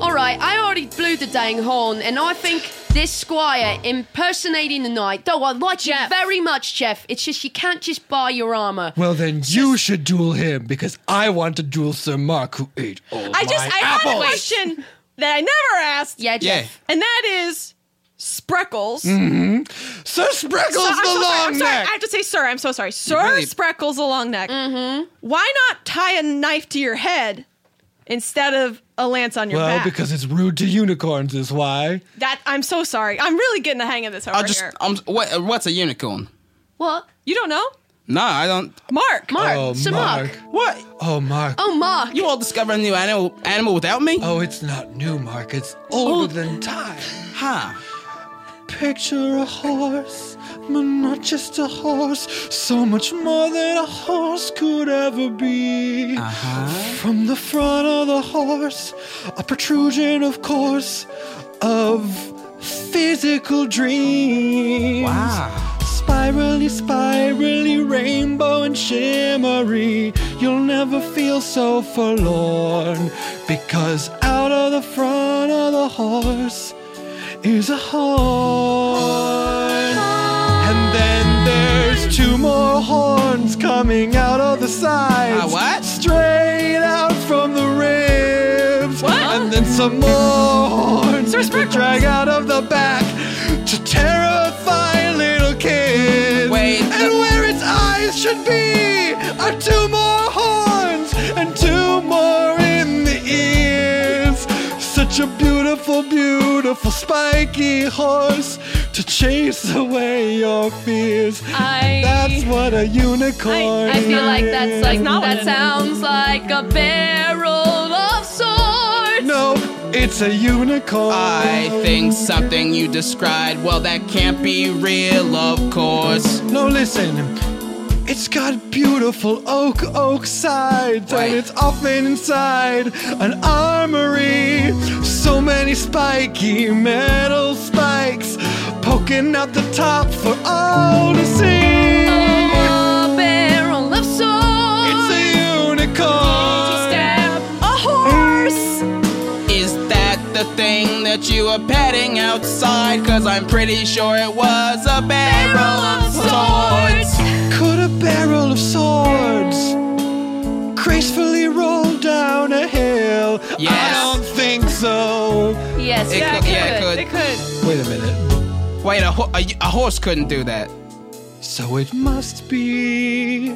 [SPEAKER 4] All right, I already blew the dang horn, and I think this squire impersonating the knight. Though I like you
[SPEAKER 6] Jeff.
[SPEAKER 4] very much, Jeff. It's just you can't just buy your armor.
[SPEAKER 5] Well, then you should duel him because I want to duel Sir Mark, who ate all
[SPEAKER 6] I just
[SPEAKER 5] my
[SPEAKER 6] I
[SPEAKER 5] apples.
[SPEAKER 6] had a question that I never asked.
[SPEAKER 4] Yeah,
[SPEAKER 8] yeah.
[SPEAKER 4] Jeff.
[SPEAKER 6] And that is Spreckles.
[SPEAKER 5] Sir Spreckles
[SPEAKER 6] So- I'm
[SPEAKER 5] the
[SPEAKER 6] so sorry,
[SPEAKER 5] long
[SPEAKER 6] I'm sorry.
[SPEAKER 5] neck.
[SPEAKER 6] I have to say, sir. I'm so sorry, sir.
[SPEAKER 8] really-
[SPEAKER 6] Spreckles a long neck. Mm-hmm. Why not tie a knife to your head instead of a lance on your
[SPEAKER 5] well,
[SPEAKER 6] back?
[SPEAKER 5] because it's rude to unicorns, is why.
[SPEAKER 6] that I'm so sorry. I'm really getting the hang of this over
[SPEAKER 8] I just,
[SPEAKER 6] here.
[SPEAKER 8] I'm, what, what's a unicorn?
[SPEAKER 4] What?
[SPEAKER 6] You don't know,
[SPEAKER 8] No, I don't.
[SPEAKER 6] Mark?
[SPEAKER 4] Mark,
[SPEAKER 5] Oh,
[SPEAKER 4] Sir
[SPEAKER 5] Mark.
[SPEAKER 4] Mark.
[SPEAKER 8] What?
[SPEAKER 5] Oh, Mark.
[SPEAKER 4] Oh, Mark.
[SPEAKER 8] You all discover a new animal, animal without me?
[SPEAKER 5] Oh, it's not new, Mark. It's older than time.
[SPEAKER 8] Huh.
[SPEAKER 5] Picture a horse, but not just a horse. So much more than a horse could ever be.
[SPEAKER 8] Uh-huh.
[SPEAKER 5] From the front of the horse, a protrusion, of course, of physical dreams.
[SPEAKER 8] Wow.
[SPEAKER 5] Spirally, spirally, rainbow and shimmery. You'll never feel so forlorn because out of the front of the horse is a horn. And then there's two more horns coming out of the sides.
[SPEAKER 8] Uh, what?
[SPEAKER 5] Straight out from the ribs.
[SPEAKER 6] What?
[SPEAKER 5] And then some more horns
[SPEAKER 6] Sir
[SPEAKER 5] that
[SPEAKER 6] Sprinkles.
[SPEAKER 5] drag out of the back to terrify little kids.
[SPEAKER 8] Wait,
[SPEAKER 5] And
[SPEAKER 8] the-
[SPEAKER 5] where its eyes should be are two more horns and two more in the ears. Such a beautiful, beautiful spiky horse to chase away your fears.
[SPEAKER 4] I-
[SPEAKER 5] That's what a unicorn
[SPEAKER 4] I feel like that's like
[SPEAKER 6] not what
[SPEAKER 4] that
[SPEAKER 6] it-
[SPEAKER 4] sounds like a barrel of swords.
[SPEAKER 5] No, it's a unicorn.
[SPEAKER 8] I think something you described, well, that can't be real, of course.
[SPEAKER 5] No, listen. It's got beautiful oak oak sides,
[SPEAKER 8] Right.
[SPEAKER 5] and it's often inside an armory. So many spiky metal spikes poking out the top for all to see.
[SPEAKER 4] A barrel of
[SPEAKER 5] It's
[SPEAKER 4] swords.
[SPEAKER 5] a unicorn.
[SPEAKER 4] Stab
[SPEAKER 6] A horse.
[SPEAKER 8] Is that the
[SPEAKER 7] the thing that you were petting outside? Cause I'm pretty sure it was a barrel of swords.
[SPEAKER 5] Could a barrel of swords gracefully roll down a hill?
[SPEAKER 7] Yes.
[SPEAKER 5] I don't think so.
[SPEAKER 4] Yes,
[SPEAKER 7] It
[SPEAKER 6] Yeah,
[SPEAKER 7] could- yeah, it could.
[SPEAKER 6] it could. It
[SPEAKER 5] Wait a minute.
[SPEAKER 7] Wait, a, ho- a, a horse couldn't do that.
[SPEAKER 5] So it must be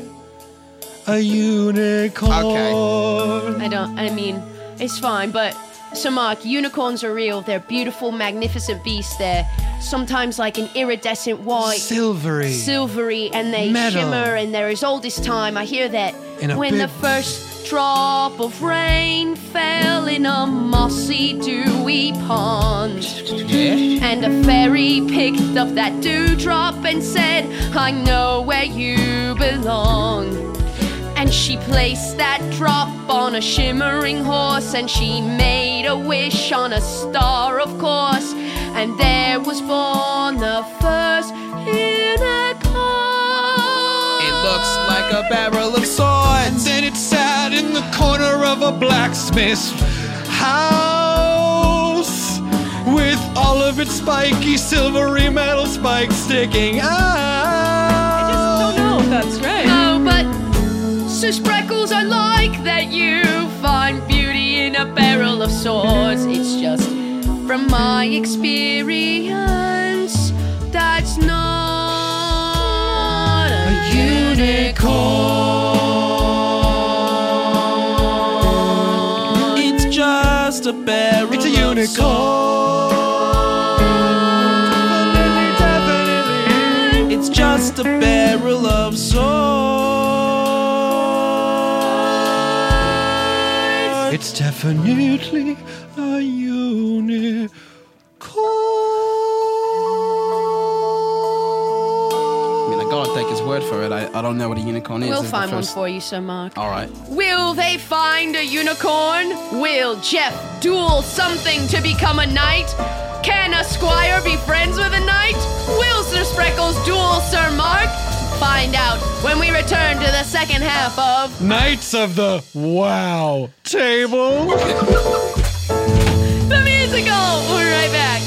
[SPEAKER 5] a unicorn.
[SPEAKER 4] I don't. I mean, it's fine, but Samak, unicorns are real. They're beautiful, magnificent beasts. They're sometimes like an iridescent white,
[SPEAKER 5] Silvery.
[SPEAKER 4] silvery, and they
[SPEAKER 5] Metal.
[SPEAKER 4] shimmer, and they're as old as time. I hear that
[SPEAKER 5] In a
[SPEAKER 4] when
[SPEAKER 5] big-
[SPEAKER 4] the first drop of rain fell in a mossy, dewy pond.
[SPEAKER 7] Yeah?
[SPEAKER 4] And a fairy picked up that dewdrop and said, I know where you belong. And she placed that drop on a shimmering horse, and she made a wish on a star, of course. And there was born the first unicorn.
[SPEAKER 7] It looks like a barrel of swords.
[SPEAKER 5] Then it sat in the corner of a blacksmith's house with all of its spiky silvery metal spikes sticking out.
[SPEAKER 6] Just don't know if that's right.
[SPEAKER 4] No, but Sis Freckles, I like that you find beauty in a barrel of swords. It's just from my experience, that's not a unicorn.
[SPEAKER 7] It's just a barrel.
[SPEAKER 5] It's a
[SPEAKER 7] of
[SPEAKER 5] unicorn.
[SPEAKER 7] swords. It's just a barrel of swords.
[SPEAKER 5] It's definitely a unicorn.
[SPEAKER 7] I mean, I gotta take his word for it. I, I don't know what a unicorn is.
[SPEAKER 4] We'll
[SPEAKER 7] It's the
[SPEAKER 4] find one
[SPEAKER 7] first-
[SPEAKER 4] for you, Sir Mark.
[SPEAKER 7] All right.
[SPEAKER 4] Will they find a unicorn? Will Jeff duel something to become a knight? Can a squire be friends with a knight? Will Sir Spreckles duel Sir Mark? Find out when we return to the second half of
[SPEAKER 5] Knights of the Wow Table.
[SPEAKER 4] the musical. We're right back.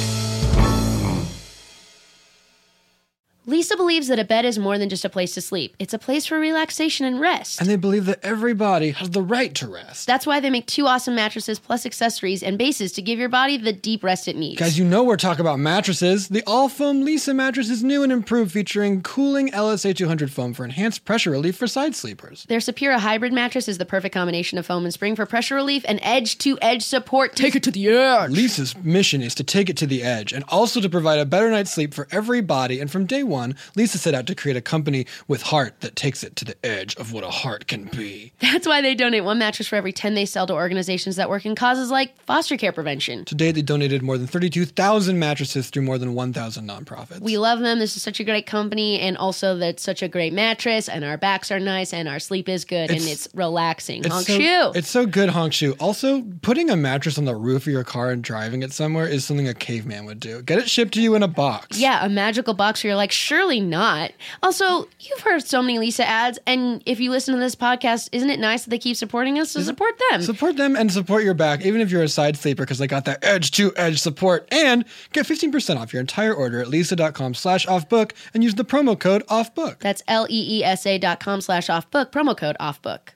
[SPEAKER 4] Lisa believes that a bed is more than just a place to sleep. It's a place for relaxation and rest.
[SPEAKER 5] And they believe that everybody has the right to rest.
[SPEAKER 4] That's why they make two awesome mattresses plus accessories and bases to give your body the deep rest it needs.
[SPEAKER 5] Guys, you know we're talking about mattresses. The all foam Lisa mattress is new and improved, featuring cooling LSA 200 foam for enhanced pressure relief for side sleepers.
[SPEAKER 4] Their Sapira hybrid mattress is the perfect combination of foam and spring for pressure relief and edge to edge support. Take it to the edge.
[SPEAKER 5] Lisa's mission is to take it to the edge and also to provide a better night's sleep for every body. And from day one, Lisa set out to create a company with heart that takes it to the edge of what a heart can be.
[SPEAKER 4] That's why they donate one mattress for every 10 they sell to organizations that work in causes like foster care prevention.
[SPEAKER 5] To date, they donated more than 32,000 mattresses through more than 1,000 nonprofits.
[SPEAKER 4] We love them. This is such a great company, and also that's such a great mattress, and our backs are nice, and our sleep is good, and
[SPEAKER 5] It's-
[SPEAKER 4] it's relaxing. Honk
[SPEAKER 5] so,
[SPEAKER 4] shoe.
[SPEAKER 5] It's so good, honk shoe. Also, putting a mattress on the roof of your car and driving it somewhere is something a caveman would do. Get it shipped to you in a box.
[SPEAKER 4] Yeah, a magical box where you're like, surely not. Also, you've heard so many Lisa ads, and if you listen to this podcast, isn't it nice that they keep supporting us? So support them.
[SPEAKER 5] Support them and support your back, even if you're a side sleeper, because they got that edge to edge support. And get 15% off your entire order at lisa.com slash off book and use the promo code off book.
[SPEAKER 4] That's L E E S A dot com slash off book, promo code off book.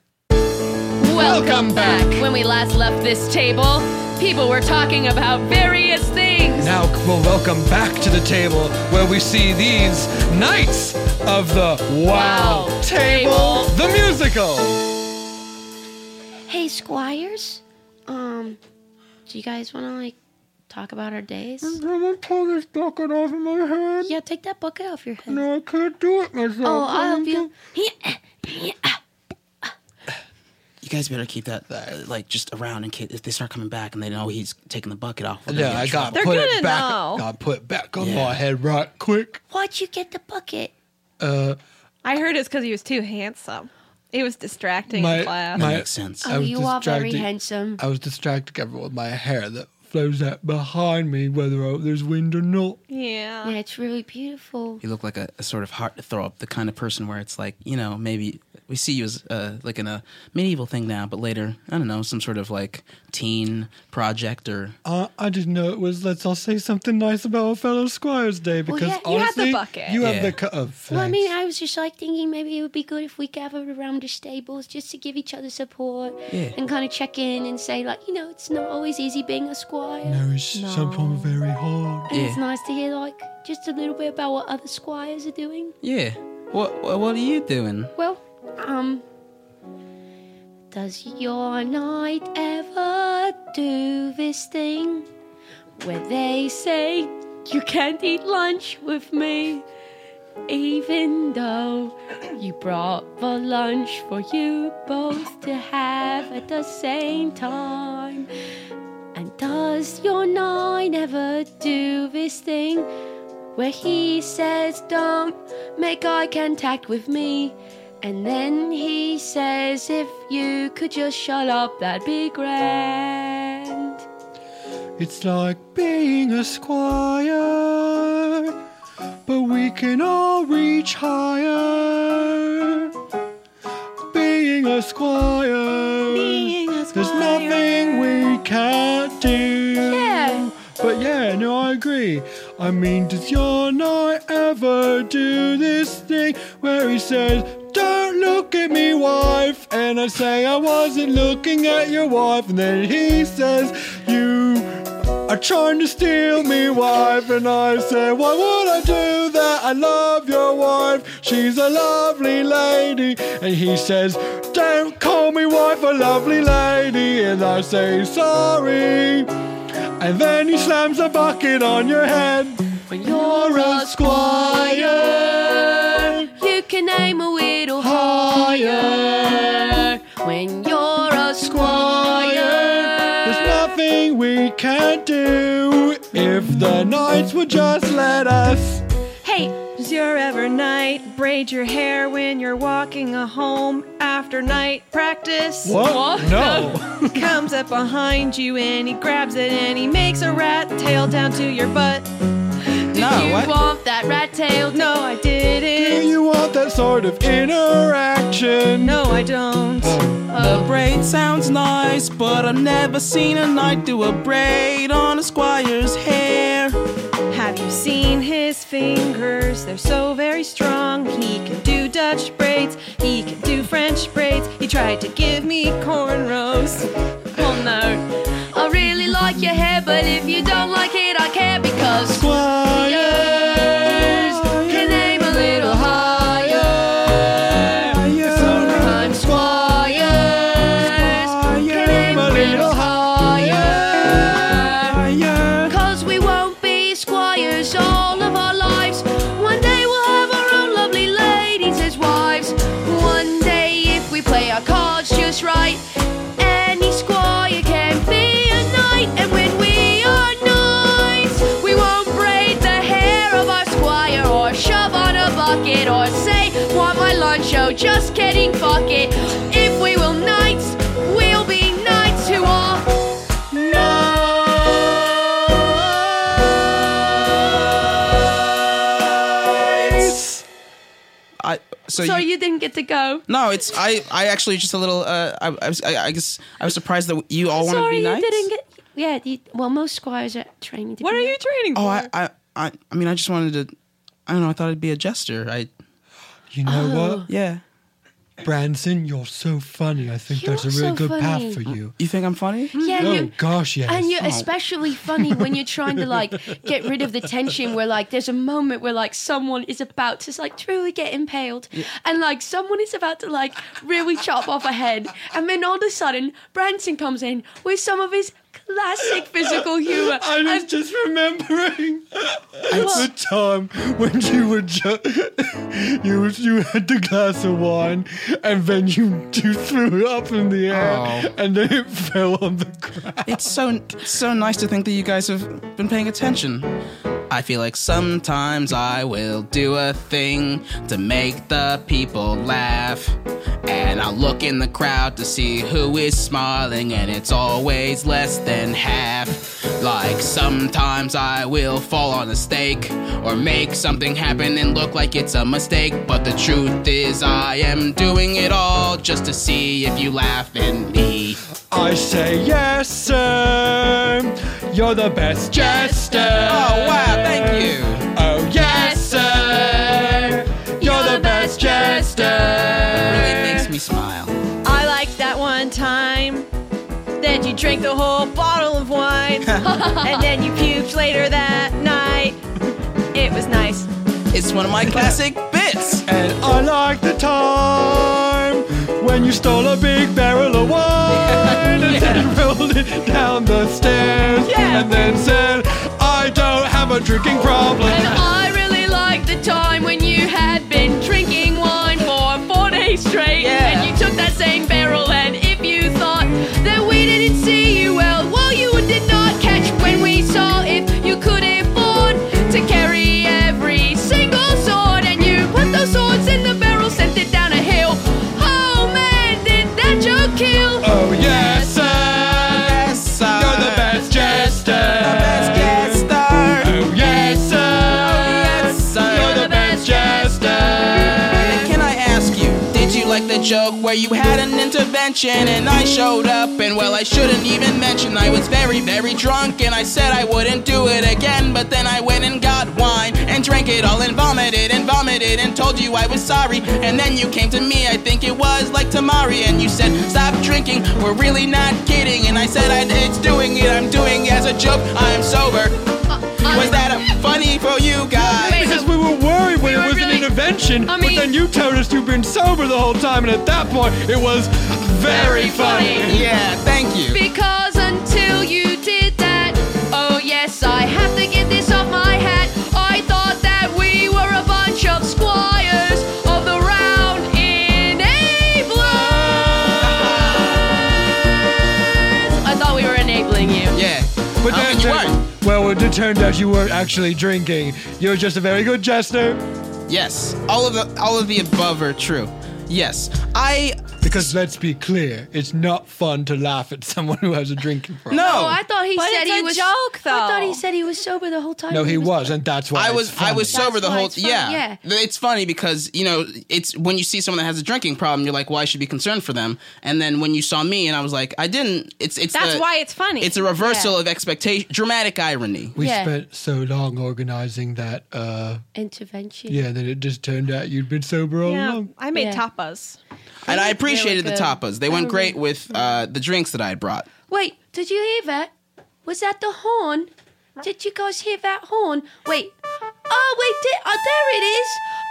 [SPEAKER 5] Welcome back.
[SPEAKER 4] When we last left this table, people were talking about various things.
[SPEAKER 5] Now we'll welcome back to the table where we see these knights of the Wow,
[SPEAKER 4] Wow
[SPEAKER 5] table, the musical.
[SPEAKER 4] Hey, squires. Um, do you guys want to like talk about our days?
[SPEAKER 5] I'm this bucket off of my head.
[SPEAKER 4] Yeah, take that bucket off your head.
[SPEAKER 5] No, I can't do it myself.
[SPEAKER 4] Oh, I'll help you.
[SPEAKER 8] You guys better keep that uh, like just around in case if they start coming back and they know he's taking the bucket off. we're gonna
[SPEAKER 5] Yeah,
[SPEAKER 8] get
[SPEAKER 5] I
[SPEAKER 8] in
[SPEAKER 5] got
[SPEAKER 8] trouble.
[SPEAKER 5] put
[SPEAKER 6] gonna
[SPEAKER 5] it back.
[SPEAKER 6] know.
[SPEAKER 5] Got put back on my head right quick.
[SPEAKER 4] Why'd you get the bucket?
[SPEAKER 6] I heard it's because he was too handsome. It was distracting in
[SPEAKER 5] My,
[SPEAKER 6] class.
[SPEAKER 8] That
[SPEAKER 5] my,
[SPEAKER 8] makes sense.
[SPEAKER 5] I
[SPEAKER 4] Oh,
[SPEAKER 5] was
[SPEAKER 4] you are very
[SPEAKER 5] distracted-
[SPEAKER 4] handsome.
[SPEAKER 5] I was distracting everyone with my hair that flows out behind me, whether uh, there's wind or not.
[SPEAKER 6] Yeah.
[SPEAKER 4] Yeah, it's really beautiful.
[SPEAKER 8] You look like a, a sort of heart throb, the kind of person where it's like, you know, maybe we see you as uh, like in a medieval thing now, but later, I don't know, some sort of like teen project or
[SPEAKER 5] Uh, I didn't know it was. Let's all say something nice about our fellow Squires Day because
[SPEAKER 6] yeah, you had the
[SPEAKER 5] honestly,
[SPEAKER 6] bucket.
[SPEAKER 5] You
[SPEAKER 8] Yeah.
[SPEAKER 5] have the oh, cut of.
[SPEAKER 4] Well, I mean, I was just like thinking maybe it would be good if we gathered around the stables just to give each other support
[SPEAKER 8] Yeah.
[SPEAKER 4] and kind of check in and say, like, you know, it's not always easy being a squire.
[SPEAKER 5] no, it's sometimes very hard.
[SPEAKER 4] And it's
[SPEAKER 8] Yeah.
[SPEAKER 4] nice to hear, like, just a little bit about what other squires are doing.
[SPEAKER 8] yeah. What what what are you doing?
[SPEAKER 4] Well, um, does your knight ever do this thing where they say you can't eat lunch with me, even though you brought the lunch for you both to have at the same time? And does your knight ever do this thing where he says, Don't make eye contact with me. And then he says, If you could just shut up, that'd be grand.
[SPEAKER 5] It's like being a squire, but we can all reach higher. Being a squire, there's nothing we can't do.
[SPEAKER 4] Yeah.
[SPEAKER 5] But yeah, no, I agree. I mean, does your knight ever do this thing where he says, Don't look at me, wife? And I say, I wasn't looking at your wife. And then he says, You are trying to steal me, wife. And I say, Why would I do that? I love your wife. She's a lovely lady. And he says, Don't call me wife, a lovely lady. And I say, Sorry. And then he slams a bucket on your head. When you're a squire,
[SPEAKER 4] You can aim a little
[SPEAKER 5] higher.
[SPEAKER 4] higher when you're a
[SPEAKER 5] Squire, there's nothing we can't do if the knights would just let us.
[SPEAKER 4] Hey,
[SPEAKER 6] Does your ever night braid your hair when you're walking a home after night practice?
[SPEAKER 5] No.
[SPEAKER 6] Comes up behind you and he grabs it and he makes a rat tail down to your butt.
[SPEAKER 8] no,
[SPEAKER 4] you
[SPEAKER 8] what?
[SPEAKER 4] want that rat tail?
[SPEAKER 6] No, I didn't.
[SPEAKER 5] Do you want that sort of interaction?
[SPEAKER 6] No, I don't.
[SPEAKER 8] A braid sounds nice, but I've never seen a knight do a braid on a squire's hair.
[SPEAKER 6] Have you seen his fingers? They're so very strong. He can do Dutch braids, he can do French braids. He tried to give me cornrows. Well, no.
[SPEAKER 4] I really like your hair, but if you don't like it, I care because
[SPEAKER 5] Squires
[SPEAKER 4] can aim a little higher. I'm squires. Can aim a little higher. Cause we won't be squires all of our lives. One day we'll have our own lovely ladies as wives. One day if we play our cards just right, any squire can be a knight. And when we are knights, we won't braid the hair of our squire or shove on a bucket or say, Want my lunch? Oh, just kidding, fuck it. If we will knights, we'll be knights who are
[SPEAKER 8] I so
[SPEAKER 4] Sorry,
[SPEAKER 8] you,
[SPEAKER 4] you didn't get to go.
[SPEAKER 8] no, it's I. I actually just a little. Uh, I, I, was- I, I guess I was surprised that you all want to
[SPEAKER 4] Sorry,
[SPEAKER 8] be
[SPEAKER 4] you
[SPEAKER 8] knights.
[SPEAKER 4] didn't get. Yeah, you, well, most squires are trained. To
[SPEAKER 6] What
[SPEAKER 4] be
[SPEAKER 6] are you training for?
[SPEAKER 8] oh, I, I, I, I mean, I just wanted to. I don't know. I thought it'd be a jester. I
[SPEAKER 5] You know
[SPEAKER 4] Oh.
[SPEAKER 5] what,
[SPEAKER 8] yeah.
[SPEAKER 5] Branson? You're so funny. I think
[SPEAKER 4] You're
[SPEAKER 5] that's a really
[SPEAKER 4] so
[SPEAKER 5] good
[SPEAKER 4] funny.
[SPEAKER 5] path for you.
[SPEAKER 8] You think I'm funny?
[SPEAKER 4] Yeah, and
[SPEAKER 5] Oh
[SPEAKER 4] you-
[SPEAKER 5] gosh, yes.
[SPEAKER 4] and you're especially funny when you're trying to like get rid of the tension where like there's a moment where like someone is about to like truly get impaled and like someone is about to like really chop off a head and then all of a sudden Branson comes in with some of his classic physical humor
[SPEAKER 5] I was
[SPEAKER 4] and
[SPEAKER 5] just remembering the time when you were ju- you was- you had the glass of wine and then you, you threw it up in the air
[SPEAKER 8] Oh.
[SPEAKER 5] and then it fell on the ground.
[SPEAKER 8] It's so it's so nice to think that you guys have been paying attention. I feel like sometimes I will do a thing to make the people laugh. And I'll look in the crowd to see who is smiling, and it's always less than half. Like sometimes I will fall on a stake or make something happen and look like it's a mistake. But the truth is, I am doing it all just to see if you laugh at me.
[SPEAKER 5] I say yes, sir. You're the best jester.
[SPEAKER 8] Oh, wow, thank you.
[SPEAKER 5] Oh, yes, sir. You're the best jester.
[SPEAKER 8] Really makes me smile.
[SPEAKER 6] I like that one time that you drank the whole bottle of wine and then you puked later that night. It was nice.
[SPEAKER 8] It's one of my classic bits.
[SPEAKER 5] And I like the time when you stole a big barrel of wine and then rolled it down the stairs
[SPEAKER 6] Yeah.
[SPEAKER 5] and then said, I don't have a drinking
[SPEAKER 4] And
[SPEAKER 5] problem.
[SPEAKER 4] I really liked the time when you had been drinking wine for four days straight.
[SPEAKER 8] Yeah.
[SPEAKER 4] And you took that same barrel, and if you thought that we didn't see you well, well, you did not catch when we saw if you could afford to carry every single sword. And you put those swords in the barrel, sent it down a hill. Oh man, did that joke kill?
[SPEAKER 5] Oh, yes, sir.
[SPEAKER 8] Yes, sir.
[SPEAKER 5] You're the best jester.
[SPEAKER 8] Best jester.
[SPEAKER 5] Oh, yes, sir.
[SPEAKER 4] Oh,
[SPEAKER 8] Yes, sir.
[SPEAKER 5] You're the best jester.
[SPEAKER 8] And can I ask you, did you like the joke where you had an intervention and I showed up and well I shouldn't even mention I was very very drunk and I said I wouldn't do it again but then I went and got wine and drank it all and vomited and vomited and told you I was sorry and then you came to me I think it was like Tamari and you said stop drinking we're really not kidding and I said I, it's doing it I'm doing it as a joke I'm sober was that a funny for you guys?
[SPEAKER 5] Because we were worried when
[SPEAKER 4] We
[SPEAKER 5] it
[SPEAKER 4] were
[SPEAKER 5] was
[SPEAKER 4] really-
[SPEAKER 5] an intervention,
[SPEAKER 4] I
[SPEAKER 5] but
[SPEAKER 4] mean-
[SPEAKER 5] then you told us you've been sober the whole time, and at that point, it was very,
[SPEAKER 4] Very funny.
[SPEAKER 5] funny.
[SPEAKER 8] Yeah, thank you.
[SPEAKER 4] Because until you did that, oh yes, I have to get this off my hat. I thought that we were a bunch of squires of the round enablers. I thought we were enabling you.
[SPEAKER 8] Yeah.
[SPEAKER 5] But
[SPEAKER 8] I
[SPEAKER 5] then,
[SPEAKER 8] mean, you weren't.
[SPEAKER 5] well, it turned out you weren't actually drinking. You're just a very good jester.
[SPEAKER 8] Yes. All of the all of the above are true. Yes. I
[SPEAKER 5] Because let's be clear, it's not fun to laugh at someone who has a drinking problem.
[SPEAKER 8] no.
[SPEAKER 4] Oh, I thought he
[SPEAKER 6] But
[SPEAKER 4] said
[SPEAKER 6] it's
[SPEAKER 4] he
[SPEAKER 6] a
[SPEAKER 4] was
[SPEAKER 6] joke, though.
[SPEAKER 4] I thought he said he was sober the whole time.
[SPEAKER 5] No, he was, and that's why
[SPEAKER 8] I
[SPEAKER 5] it's
[SPEAKER 8] was I was
[SPEAKER 5] funny.
[SPEAKER 8] sober the
[SPEAKER 4] That's why
[SPEAKER 8] whole
[SPEAKER 4] it's funny,
[SPEAKER 8] yeah.
[SPEAKER 4] yeah.
[SPEAKER 8] It's funny because you know it's when you see someone that has a drinking problem, you're like, well, I should be concerned for them. And then when you saw me, and I was like, I didn't. It's it's
[SPEAKER 6] That's
[SPEAKER 8] the-
[SPEAKER 6] why it's funny.
[SPEAKER 8] It's a reversal of expectation, dramatic irony.
[SPEAKER 5] We
[SPEAKER 4] Yeah.
[SPEAKER 5] spent so long organizing that, uh,
[SPEAKER 4] intervention.
[SPEAKER 5] yeah, that it just turned out you'd been sober all
[SPEAKER 6] Yeah,
[SPEAKER 5] along.
[SPEAKER 6] I made
[SPEAKER 4] Yeah.
[SPEAKER 6] tapas.
[SPEAKER 8] And I
[SPEAKER 4] were
[SPEAKER 8] appreciated the
[SPEAKER 4] good.
[SPEAKER 8] tapas. They went great with uh, the drinks that I had brought.
[SPEAKER 4] Wait, did you hear that? Was that the horn? Did you guys hear that horn? Wait. Oh, wait, di- oh, there it is.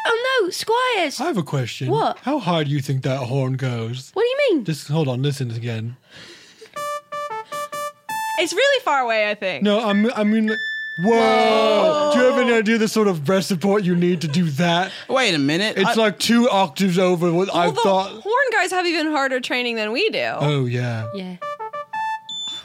[SPEAKER 4] Oh, no, Squires.
[SPEAKER 5] I have a question.
[SPEAKER 4] What?
[SPEAKER 5] How high do you think that horn goes?
[SPEAKER 4] What do you mean?
[SPEAKER 5] Just hold on, listen again.
[SPEAKER 6] It's really far away, I think.
[SPEAKER 5] No, I'm, I mean, like, whoa! Do you have any idea the sort of breast support you need to do that?
[SPEAKER 8] Wait a minute.
[SPEAKER 5] It's
[SPEAKER 8] I-
[SPEAKER 5] like two octaves over what I
[SPEAKER 6] Although
[SPEAKER 5] thought.
[SPEAKER 6] horn guys have even harder training than we do.
[SPEAKER 5] Oh yeah.
[SPEAKER 4] Yeah.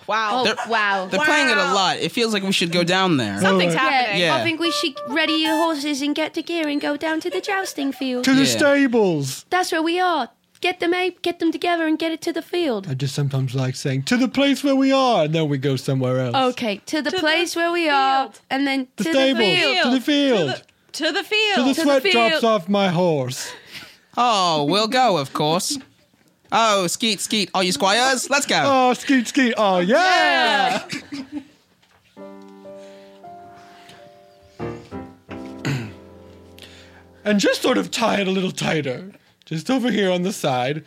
[SPEAKER 6] wow.
[SPEAKER 8] they're-
[SPEAKER 4] Oh, Wow.
[SPEAKER 8] They're playing it a lot. It feels like we should go down there.
[SPEAKER 6] Something's
[SPEAKER 5] Yeah.
[SPEAKER 4] yeah,
[SPEAKER 6] happening.
[SPEAKER 8] Yeah.
[SPEAKER 4] I think we should ready your horses and get to gear and go down to the jousting field.
[SPEAKER 5] To the
[SPEAKER 8] Yeah.
[SPEAKER 5] stables.
[SPEAKER 4] That's where we are. Get them out, get them together and get it to the field.
[SPEAKER 5] I just sometimes like saying to the place where we are, and then we go somewhere else.
[SPEAKER 4] Okay, to the place where we are and then
[SPEAKER 5] The
[SPEAKER 4] to the
[SPEAKER 5] stables.
[SPEAKER 4] field.
[SPEAKER 5] To the field.
[SPEAKER 6] To the, to the
[SPEAKER 5] Till
[SPEAKER 6] field.
[SPEAKER 5] the sweat drops
[SPEAKER 4] field.
[SPEAKER 5] off my horse.
[SPEAKER 8] Oh, we'll go, of course. Oh, skeet, skeet. All you squires, let's go.
[SPEAKER 5] Oh, skeet, skeet. Oh, yeah. and just sort of tie it a little tighter. Just over here on the side.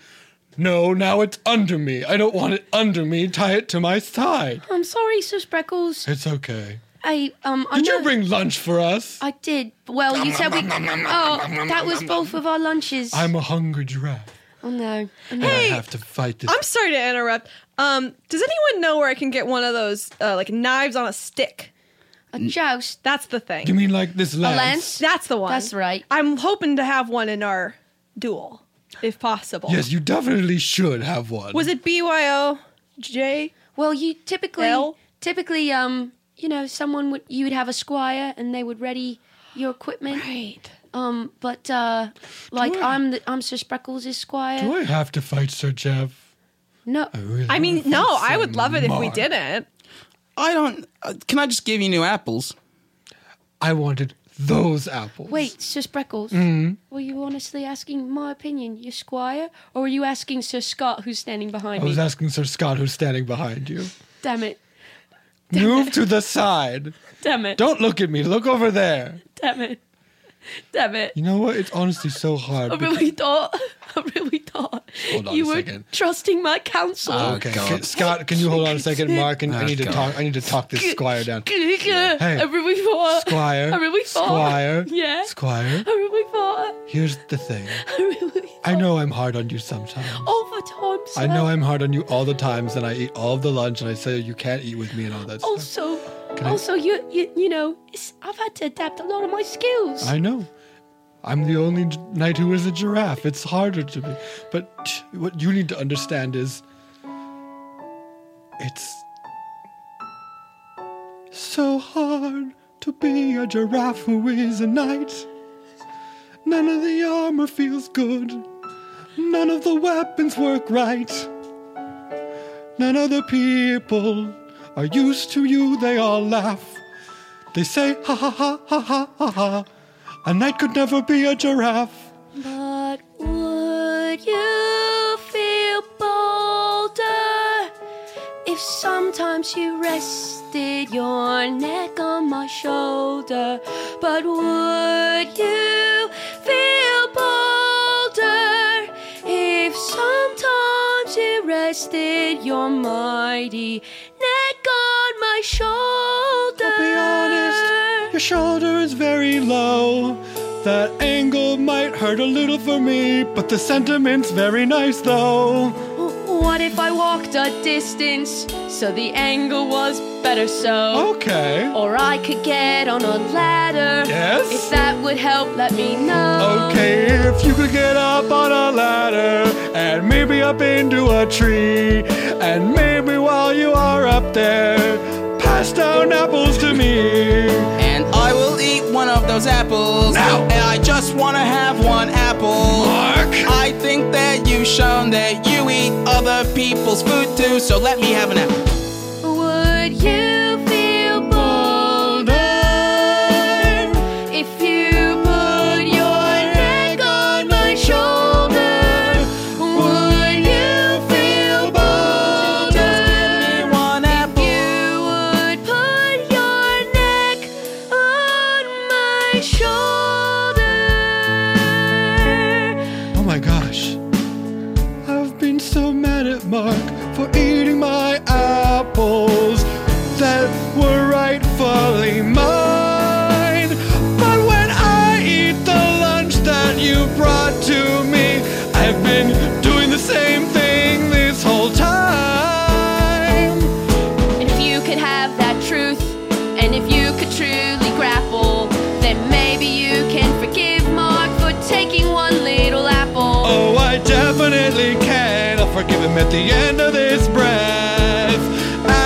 [SPEAKER 5] No, now it's under me. I don't want it under me. Tie it to my side.
[SPEAKER 4] I'm sorry, Sir Spreckles.
[SPEAKER 5] It's okay.
[SPEAKER 4] I um I
[SPEAKER 5] Did
[SPEAKER 4] know-
[SPEAKER 5] you bring lunch for us?
[SPEAKER 4] I did. Well, you said we. Oh, that was both of our lunches.
[SPEAKER 5] I'm a hungry giraffe.
[SPEAKER 4] oh no. Oh, no.
[SPEAKER 5] and
[SPEAKER 6] Hey,
[SPEAKER 5] I have to fight this.
[SPEAKER 6] I'm sorry to interrupt. Um, does anyone know where I can get one of those uh, like knives on a stick?
[SPEAKER 4] A joust.
[SPEAKER 6] That's the thing.
[SPEAKER 5] you mean like this lance?
[SPEAKER 4] lance?
[SPEAKER 6] That's the one.
[SPEAKER 4] That's right.
[SPEAKER 6] I'm hoping to have one in our duel, if possible.
[SPEAKER 5] Yes, you definitely should have one.
[SPEAKER 6] Was it BYO J?
[SPEAKER 4] Well, you typically
[SPEAKER 6] L?
[SPEAKER 4] typically um you know someone would you would have a squire and they would ready your equipment.
[SPEAKER 6] Right.
[SPEAKER 4] Um, but uh, like I'm the I'm Sir Spreckles' squire.
[SPEAKER 5] Do I Oh. have to fight Sir Jeff?
[SPEAKER 4] No.
[SPEAKER 5] I really
[SPEAKER 6] I mean,
[SPEAKER 5] wanna
[SPEAKER 6] no,
[SPEAKER 5] fight
[SPEAKER 6] I
[SPEAKER 5] Sir
[SPEAKER 6] would love it if we
[SPEAKER 5] Mark.
[SPEAKER 6] didn't.
[SPEAKER 8] I don't. Uh, can I just give you new apples?
[SPEAKER 5] I wanted those apples.
[SPEAKER 4] Wait, Sir Spreckles,
[SPEAKER 5] Mm-hmm.
[SPEAKER 4] were you honestly asking my opinion, your squire, or were you asking Sir Scott, who's standing behind
[SPEAKER 5] I
[SPEAKER 4] me?
[SPEAKER 5] was asking Sir Scott, who's standing behind you.
[SPEAKER 4] Damn it!
[SPEAKER 5] Move to the side.
[SPEAKER 4] Damn it!
[SPEAKER 5] Don't look at me. Look over there.
[SPEAKER 4] Damn it! Damn it!
[SPEAKER 5] You know what? It's honestly so hard.
[SPEAKER 4] I
[SPEAKER 5] because-
[SPEAKER 4] really thought. I really thought
[SPEAKER 5] Hold on
[SPEAKER 4] you
[SPEAKER 5] a
[SPEAKER 4] were
[SPEAKER 5] second. Uh,
[SPEAKER 4] trusting my counsel.
[SPEAKER 5] okay, can- Scott, can you hold on a second, Mark? And I need to talk. I need to talk this squire down. Hey,
[SPEAKER 4] I really thought.
[SPEAKER 5] Squire.
[SPEAKER 4] I really thought.
[SPEAKER 5] Squire.
[SPEAKER 4] Yeah.
[SPEAKER 5] Squire.
[SPEAKER 4] I really thought.
[SPEAKER 5] Here's the thing.
[SPEAKER 4] I really.
[SPEAKER 5] I know I'm hard on you sometimes.
[SPEAKER 4] All the time, sir.
[SPEAKER 5] I know I'm hard on you all the times, and I eat all of the lunch, and I say you can't eat with me and all that stuff.
[SPEAKER 4] Also, also, you, you, you know, it's, I've had to adapt a lot of my skills.
[SPEAKER 5] I know. I'm the only g- knight who is a giraffe. It's harder to be. But t- what you need to understand is it's so hard to be a giraffe who is a knight. None of the armor feels good. None of the weapons work right. None of the people are used to you. They all laugh. They say, ha ha ha ha ha ha ha. A knight could never be a giraffe.
[SPEAKER 4] But would you feel bolder if sometimes you rested your neck on my shoulder? But would you feel bolder if sometimes you rested your mighty neck on my shoulder?
[SPEAKER 5] I'll be honest, your shoulder is very low. That angle might hurt a little for me, but the sentiment's very nice though.
[SPEAKER 4] What if I walked a distance so the angle was better so?
[SPEAKER 5] Okay.
[SPEAKER 4] Or I could get on a ladder.
[SPEAKER 5] Yes?
[SPEAKER 4] If that would help, let me know.
[SPEAKER 5] Okay, if you could get up on a ladder and maybe up into a tree, and maybe while you are up there, pass down apples to me.
[SPEAKER 8] And I will eat one of those apples.
[SPEAKER 5] Now.
[SPEAKER 8] And I just want to have one apple.
[SPEAKER 5] Mark!
[SPEAKER 8] I think that you've shown that you eat other people's food too, so let me have an apple.
[SPEAKER 4] Would you feel bolder if you put your neck on my shoulder? Would you feel bolder?
[SPEAKER 8] One apple.
[SPEAKER 4] You would put your neck on my shoulder.
[SPEAKER 5] Oh my gosh. I've been so mad at Mark for eating my apples that were rightfully mine. But when I eat the lunch that you brought to me, I've been doing the same thing this whole time.
[SPEAKER 4] And if you could have that truth, and if you could truly grapple, then maybe you can forgive Mark for taking one little apple.
[SPEAKER 5] Oh, I definitely can. I'll forgive him at the end of this breath.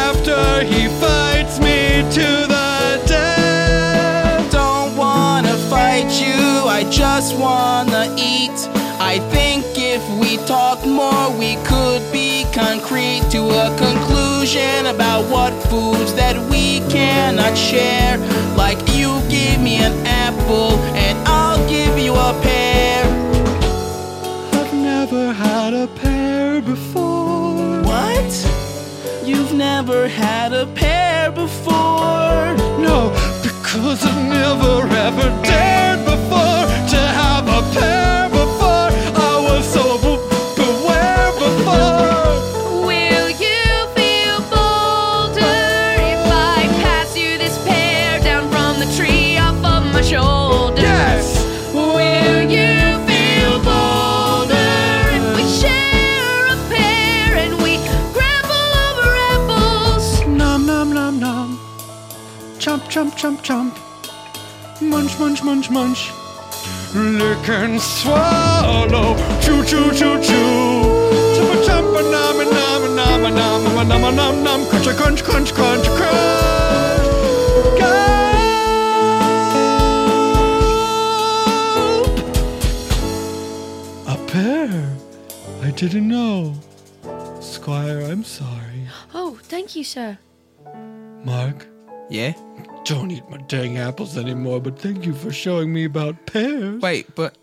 [SPEAKER 5] After he fights me to the death.
[SPEAKER 8] don't wanna fight you, I just wanna eat. I think if we talked more, we could be concrete to a conclusion about what foods that we cannot share. Like you give me an apple, and I'll give you a pear.
[SPEAKER 5] I've never had a pear before.
[SPEAKER 8] What? You've never had a pear before.
[SPEAKER 5] No, because I've never ever dared before to have a pear before. I was so b- beware before.
[SPEAKER 4] Will you feel bolder if I pass you this pear down from the tree off of my shoulder?
[SPEAKER 5] Yes.
[SPEAKER 4] Will you feel bolder if we share a pear and we grapple over apples?
[SPEAKER 5] Nom nom nom nom. Chomp chomp chomp chomp. Munch munch munch munch. Lick and swallow. Choo choo choo choo. Chompa chompa nom nom nom nom nom nom nom nom. Crunch crunch crunch crunch crunch. Gulp. A pear. I didn't know. Squire, I'm sorry.
[SPEAKER 4] Oh, thank you, sir.
[SPEAKER 5] Mark,
[SPEAKER 8] Yeah?
[SPEAKER 5] don't eat my dang apples anymore, but thank you for showing me about pears.
[SPEAKER 8] Wait, but.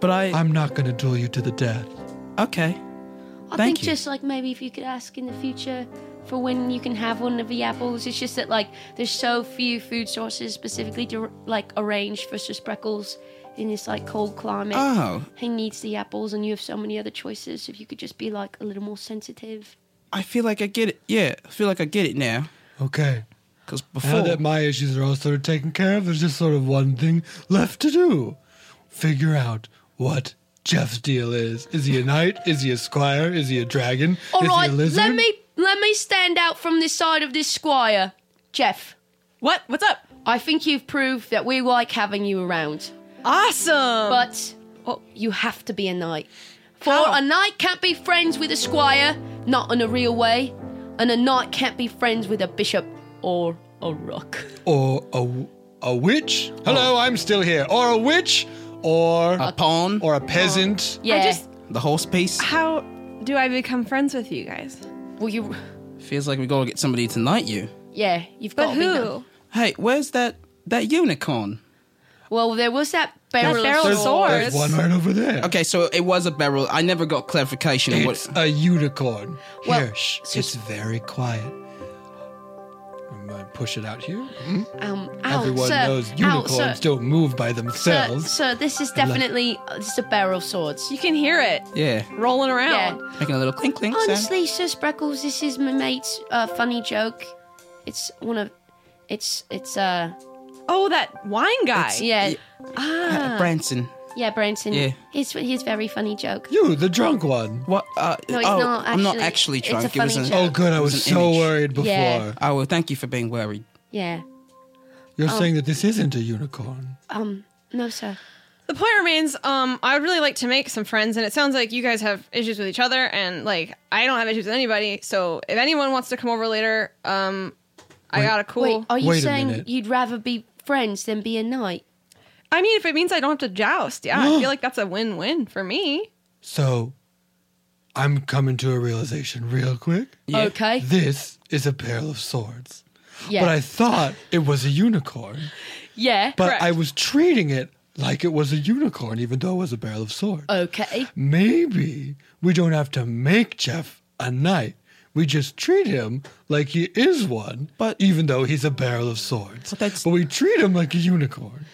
[SPEAKER 8] But I.
[SPEAKER 5] I'm not gonna duel you to the death.
[SPEAKER 8] okay.
[SPEAKER 9] I
[SPEAKER 8] Thank
[SPEAKER 9] think
[SPEAKER 8] you.
[SPEAKER 9] just like maybe if you could ask in the future for when you can have one of the apples. It's just that like there's so few food sources specifically to like arrange for Sir Spreckles in this like cold climate.
[SPEAKER 8] Oh.
[SPEAKER 9] He needs the apples, and you have so many other choices. If you could just be like a little more sensitive.
[SPEAKER 8] I feel like I get it. Yeah, I feel like I get it now.
[SPEAKER 5] Okay.
[SPEAKER 8] Because
[SPEAKER 5] Now
[SPEAKER 8] before.
[SPEAKER 5] that my issues are all sort of taken care of, there's just sort of one thing left to do. Figure out what Jeff's deal is. Is he a knight? Is he a squire? Is he a dragon?
[SPEAKER 9] All
[SPEAKER 5] is
[SPEAKER 9] right,
[SPEAKER 5] he a lizard?
[SPEAKER 9] let me let me stand out from this side of this squire, Jeff.
[SPEAKER 6] What? What's up?
[SPEAKER 9] I think you've proved that we like having you around,
[SPEAKER 6] Awesome.
[SPEAKER 9] but you have to be a knight. For
[SPEAKER 6] How?
[SPEAKER 9] a knight can't be friends with a squire, not in a real way, and a knight can't be friends with a bishop or a rook.
[SPEAKER 5] Or a, a witch?
[SPEAKER 9] Oh.
[SPEAKER 5] Hello, I'm still here. Or a witch? Or
[SPEAKER 8] a pawn.
[SPEAKER 5] or a peasant?
[SPEAKER 9] Yeah.
[SPEAKER 6] just-
[SPEAKER 8] the horse piece.
[SPEAKER 6] How do I become friends with you guys?
[SPEAKER 9] well, you.
[SPEAKER 8] Feels like we gotta get somebody to knight you.
[SPEAKER 9] Yeah, you've
[SPEAKER 6] But
[SPEAKER 9] got to be
[SPEAKER 6] who?
[SPEAKER 9] knight.
[SPEAKER 8] Hey, where's that that unicorn?
[SPEAKER 9] Well, there was that barrel,
[SPEAKER 6] barrel
[SPEAKER 9] of
[SPEAKER 6] of
[SPEAKER 9] swords.
[SPEAKER 6] swords.
[SPEAKER 5] There's one right over there.
[SPEAKER 8] Okay, so it was a barrel. I never got clarification on
[SPEAKER 5] It's
[SPEAKER 8] what.
[SPEAKER 5] a unicorn.
[SPEAKER 9] Well,
[SPEAKER 5] here, shh, it's very quiet. I'm gonna push it out here.
[SPEAKER 9] Um, ow,
[SPEAKER 5] Everyone
[SPEAKER 9] sir,
[SPEAKER 5] knows
[SPEAKER 9] ow,
[SPEAKER 5] unicorns
[SPEAKER 9] sir,
[SPEAKER 5] don't move by
[SPEAKER 9] Sir,
[SPEAKER 5] themselves.
[SPEAKER 9] sir, this is definitely uh, this is a barrel of swords.
[SPEAKER 6] You can hear it
[SPEAKER 8] Yeah,
[SPEAKER 6] rolling
[SPEAKER 9] Yeah.
[SPEAKER 6] around.
[SPEAKER 8] making a little clink clink sound.
[SPEAKER 9] Honestly, Sir Spreckles, this is my mate's uh, funny joke. It's one of, it's it's uh
[SPEAKER 6] Oh, that wine guy.
[SPEAKER 9] yeah
[SPEAKER 8] Uh, Branson.
[SPEAKER 9] yeah Branson.
[SPEAKER 8] Yeah.
[SPEAKER 9] His his very funny joke.
[SPEAKER 5] you, the drunk one.
[SPEAKER 8] What? Uh,
[SPEAKER 9] No, it's
[SPEAKER 8] oh,
[SPEAKER 9] not
[SPEAKER 8] I'm not actually
[SPEAKER 9] actually- it's
[SPEAKER 8] drunk.
[SPEAKER 9] a
[SPEAKER 8] it was
[SPEAKER 9] funny
[SPEAKER 8] an,
[SPEAKER 9] joke.
[SPEAKER 5] Oh, good. I
[SPEAKER 8] it
[SPEAKER 5] was,
[SPEAKER 8] an
[SPEAKER 5] so
[SPEAKER 8] image.
[SPEAKER 5] worried before.
[SPEAKER 9] Yeah.
[SPEAKER 8] Oh, well, thank you for being worried.
[SPEAKER 9] Yeah.
[SPEAKER 5] You're
[SPEAKER 9] Oh.
[SPEAKER 5] saying that this isn't a unicorn.
[SPEAKER 9] Um. No, sir.
[SPEAKER 6] The point remains. Um, I would really like to make some friends, and it sounds like you guys have issues with each other, and like I don't have issues with anybody. So if anyone wants to come over later, um, I got a cool.
[SPEAKER 9] Wait, oh. are you
[SPEAKER 5] Wait a
[SPEAKER 9] saying
[SPEAKER 5] minute.
[SPEAKER 9] you'd rather be friends than be a knight?
[SPEAKER 6] I mean, if it means I don't have to joust, yeah, I feel like that's a win-win for me.
[SPEAKER 5] So, I'm coming to a realization real quick.
[SPEAKER 8] Yeah.
[SPEAKER 9] Okay.
[SPEAKER 5] This is a barrel of swords.
[SPEAKER 9] Yeah.
[SPEAKER 5] But I thought it was a unicorn.
[SPEAKER 9] yeah.
[SPEAKER 5] But
[SPEAKER 6] Correct.
[SPEAKER 5] I was treating it like it was a unicorn, even though it was a barrel of swords.
[SPEAKER 9] okay.
[SPEAKER 5] Maybe we don't have to make Jeff a knight. We just treat him like he is one,
[SPEAKER 8] But-
[SPEAKER 5] even though he's a barrel of swords.
[SPEAKER 8] But that's-
[SPEAKER 5] we treat him like a unicorn,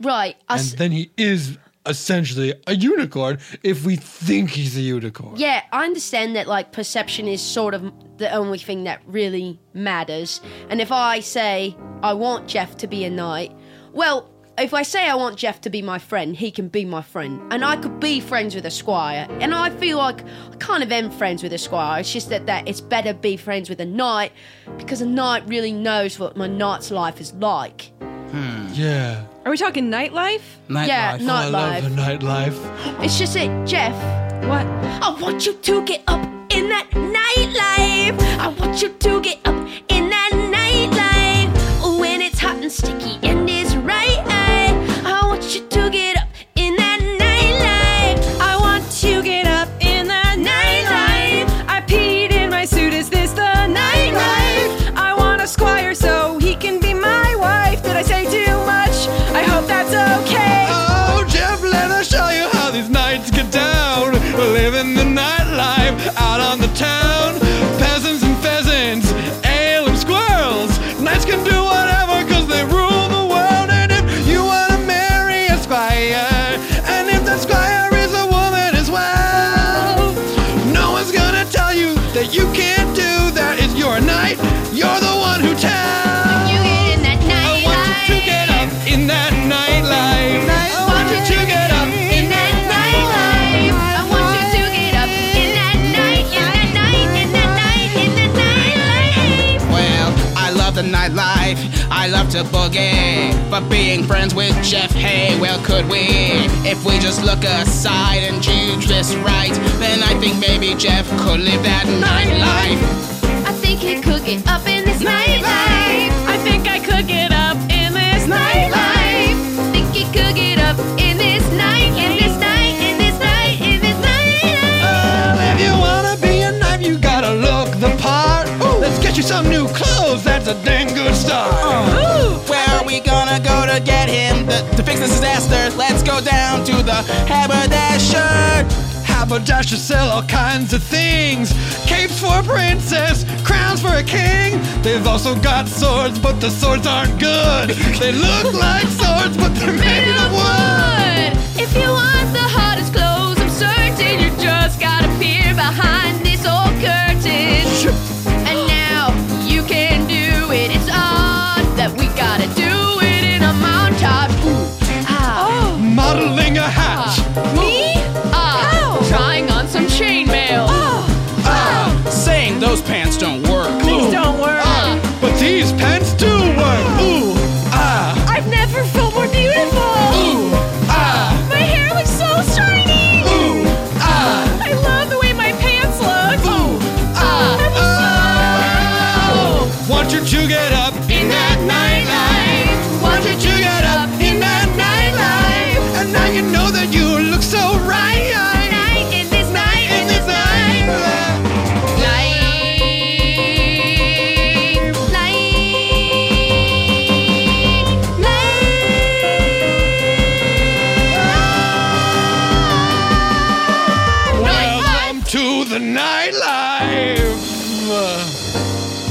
[SPEAKER 9] Right. I
[SPEAKER 5] and
[SPEAKER 9] s-
[SPEAKER 5] then he is essentially a unicorn if we think he's a unicorn.
[SPEAKER 9] Yeah, I understand that like perception is sort of the only thing that really matters. And if I say I want Jeff to be a knight, well, if I say I want Jeff to be my friend, he can be my friend. And I could be friends with a squire. And I feel like I kind of am friends with a squire. It's just that, that it's better be friends with a knight because a knight really knows what my knight's life is like.
[SPEAKER 5] yeah.
[SPEAKER 6] Are we talking nightlife?
[SPEAKER 8] Nightlife.
[SPEAKER 9] yeah,
[SPEAKER 5] I love
[SPEAKER 9] nightlife.
[SPEAKER 5] the nightlife.
[SPEAKER 9] It's just that Jeff
[SPEAKER 6] What?
[SPEAKER 9] I want you to get up in that nightlife. I want you to get up in that nightlife. Ooh, When it's hot and sticky and it's right. I want you to get up in that nightlife.
[SPEAKER 6] I want to get up in the nightlife. I peed in my suit. Is this the nightlife? I want a squire so he can be my wife. Did I say too much? I hope that's okay.
[SPEAKER 5] Oh, Jeff, let us show you how these knights get down. Living the nightlife out on the town. Peasants and pheasants, ale and squirrels. Knights can do whatever because they rule the world. And if you want to marry a squire, and if that squire is a woman as well, no one's gonna tell you that you can't do that. It's your night, you're the one who tells.
[SPEAKER 9] You get in that
[SPEAKER 5] I want you to get up in that nightlife. I want you to get up in that nightlife.
[SPEAKER 9] I want you to get up in that night, in that night, in that night, in that nightlife.
[SPEAKER 8] Well, I love the nightlife. I love to boogie. But being friends with Jeff, hey, well, could we? If we just look aside and choose this right, then I think maybe Jeff could live that nightlife.
[SPEAKER 9] I think he could get up in this nightlife.
[SPEAKER 6] I think I could get up in this
[SPEAKER 9] nightlife. Think you could get up in this night, in this night, in this night, in this night.
[SPEAKER 4] Uh,
[SPEAKER 5] Well, if you wanna be a knife, you gotta look the part. Let's get you some new clothes. Uh-huh.
[SPEAKER 7] haberdasher.
[SPEAKER 5] Haberdashers sell all kinds of things capes for a princess, crowns for a king. They've also got swords, but the swords aren't good. They look like swords, but they're made of wood.
[SPEAKER 4] But if you want the hottest clothes, I'm certain you just gotta peer behind this old curtain. And now you can do it. It's odd that we gotta do it in a montage. Ooh, ah,
[SPEAKER 5] Modeling a hat,
[SPEAKER 4] me?
[SPEAKER 5] Uh,
[SPEAKER 4] Ah, trying on some chainmail.
[SPEAKER 8] Saying those pants don't work.
[SPEAKER 6] These don't work.
[SPEAKER 4] Uh.
[SPEAKER 5] but these pants do work. Ooh, ah,
[SPEAKER 4] I've never felt more beautiful. Uh.
[SPEAKER 5] ooh, ah,
[SPEAKER 4] My hair looks so shiny.
[SPEAKER 5] ooh, ah,
[SPEAKER 4] I love the way my pants look. Uh.
[SPEAKER 5] ooh, ah, oh. Want you to get up in that nightlife?
[SPEAKER 4] Watch
[SPEAKER 5] Did you get up in that nightlife? And now you know that you look so right.
[SPEAKER 4] night in this night
[SPEAKER 5] In this nightlife.
[SPEAKER 4] Night, night,
[SPEAKER 5] Welcome to the nightlife.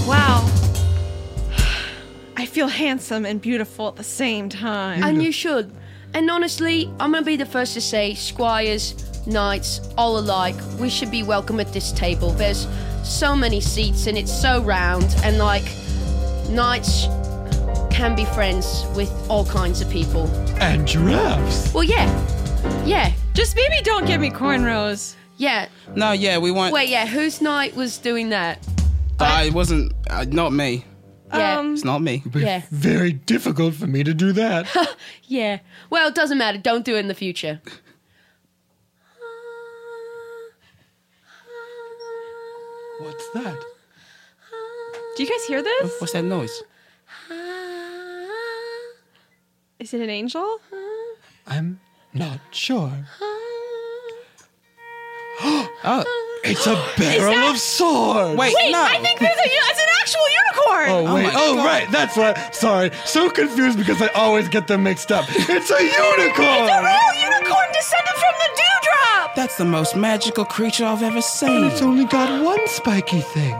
[SPEAKER 6] Wow. I feel handsome and beautiful at the same time.
[SPEAKER 4] And you should. And honestly, I'm gonna be the first to say, squires, knights, all alike, we should be welcome at this table. There's so many seats and it's so round, and like, knights can be friends with all kinds of people.
[SPEAKER 5] And giraffes.
[SPEAKER 4] Well, yeah, yeah,
[SPEAKER 6] Just maybe don't give me cornrows.
[SPEAKER 4] yeah.
[SPEAKER 8] No, yeah, we want.
[SPEAKER 4] Wait, yeah, whose knight was doing that?
[SPEAKER 8] I wasn't. Uh, not me.
[SPEAKER 4] Yeah.
[SPEAKER 6] Um,
[SPEAKER 8] It's not me.
[SPEAKER 4] Yeah.
[SPEAKER 5] Very difficult for me to do that.
[SPEAKER 4] Yeah. Well, it doesn't matter. Don't do it in the future.
[SPEAKER 5] What's that?
[SPEAKER 6] do you guys hear this?
[SPEAKER 8] What's that noise?
[SPEAKER 6] Is it an angel?
[SPEAKER 5] I'm not sure.
[SPEAKER 8] Oh,
[SPEAKER 5] It's a barrel of swords.
[SPEAKER 8] wait, no.
[SPEAKER 6] I think there's a, it's an actual unicorn.
[SPEAKER 5] Oh wait!
[SPEAKER 8] my
[SPEAKER 5] Oh,
[SPEAKER 8] God.
[SPEAKER 5] right, that's what. Sorry, so confused because I always get them mixed up. It's a unicorn.
[SPEAKER 6] It's a real unicorn descended from the dewdrop.
[SPEAKER 8] That's the most magical creature I've ever seen.
[SPEAKER 5] It's only got one spiky thing.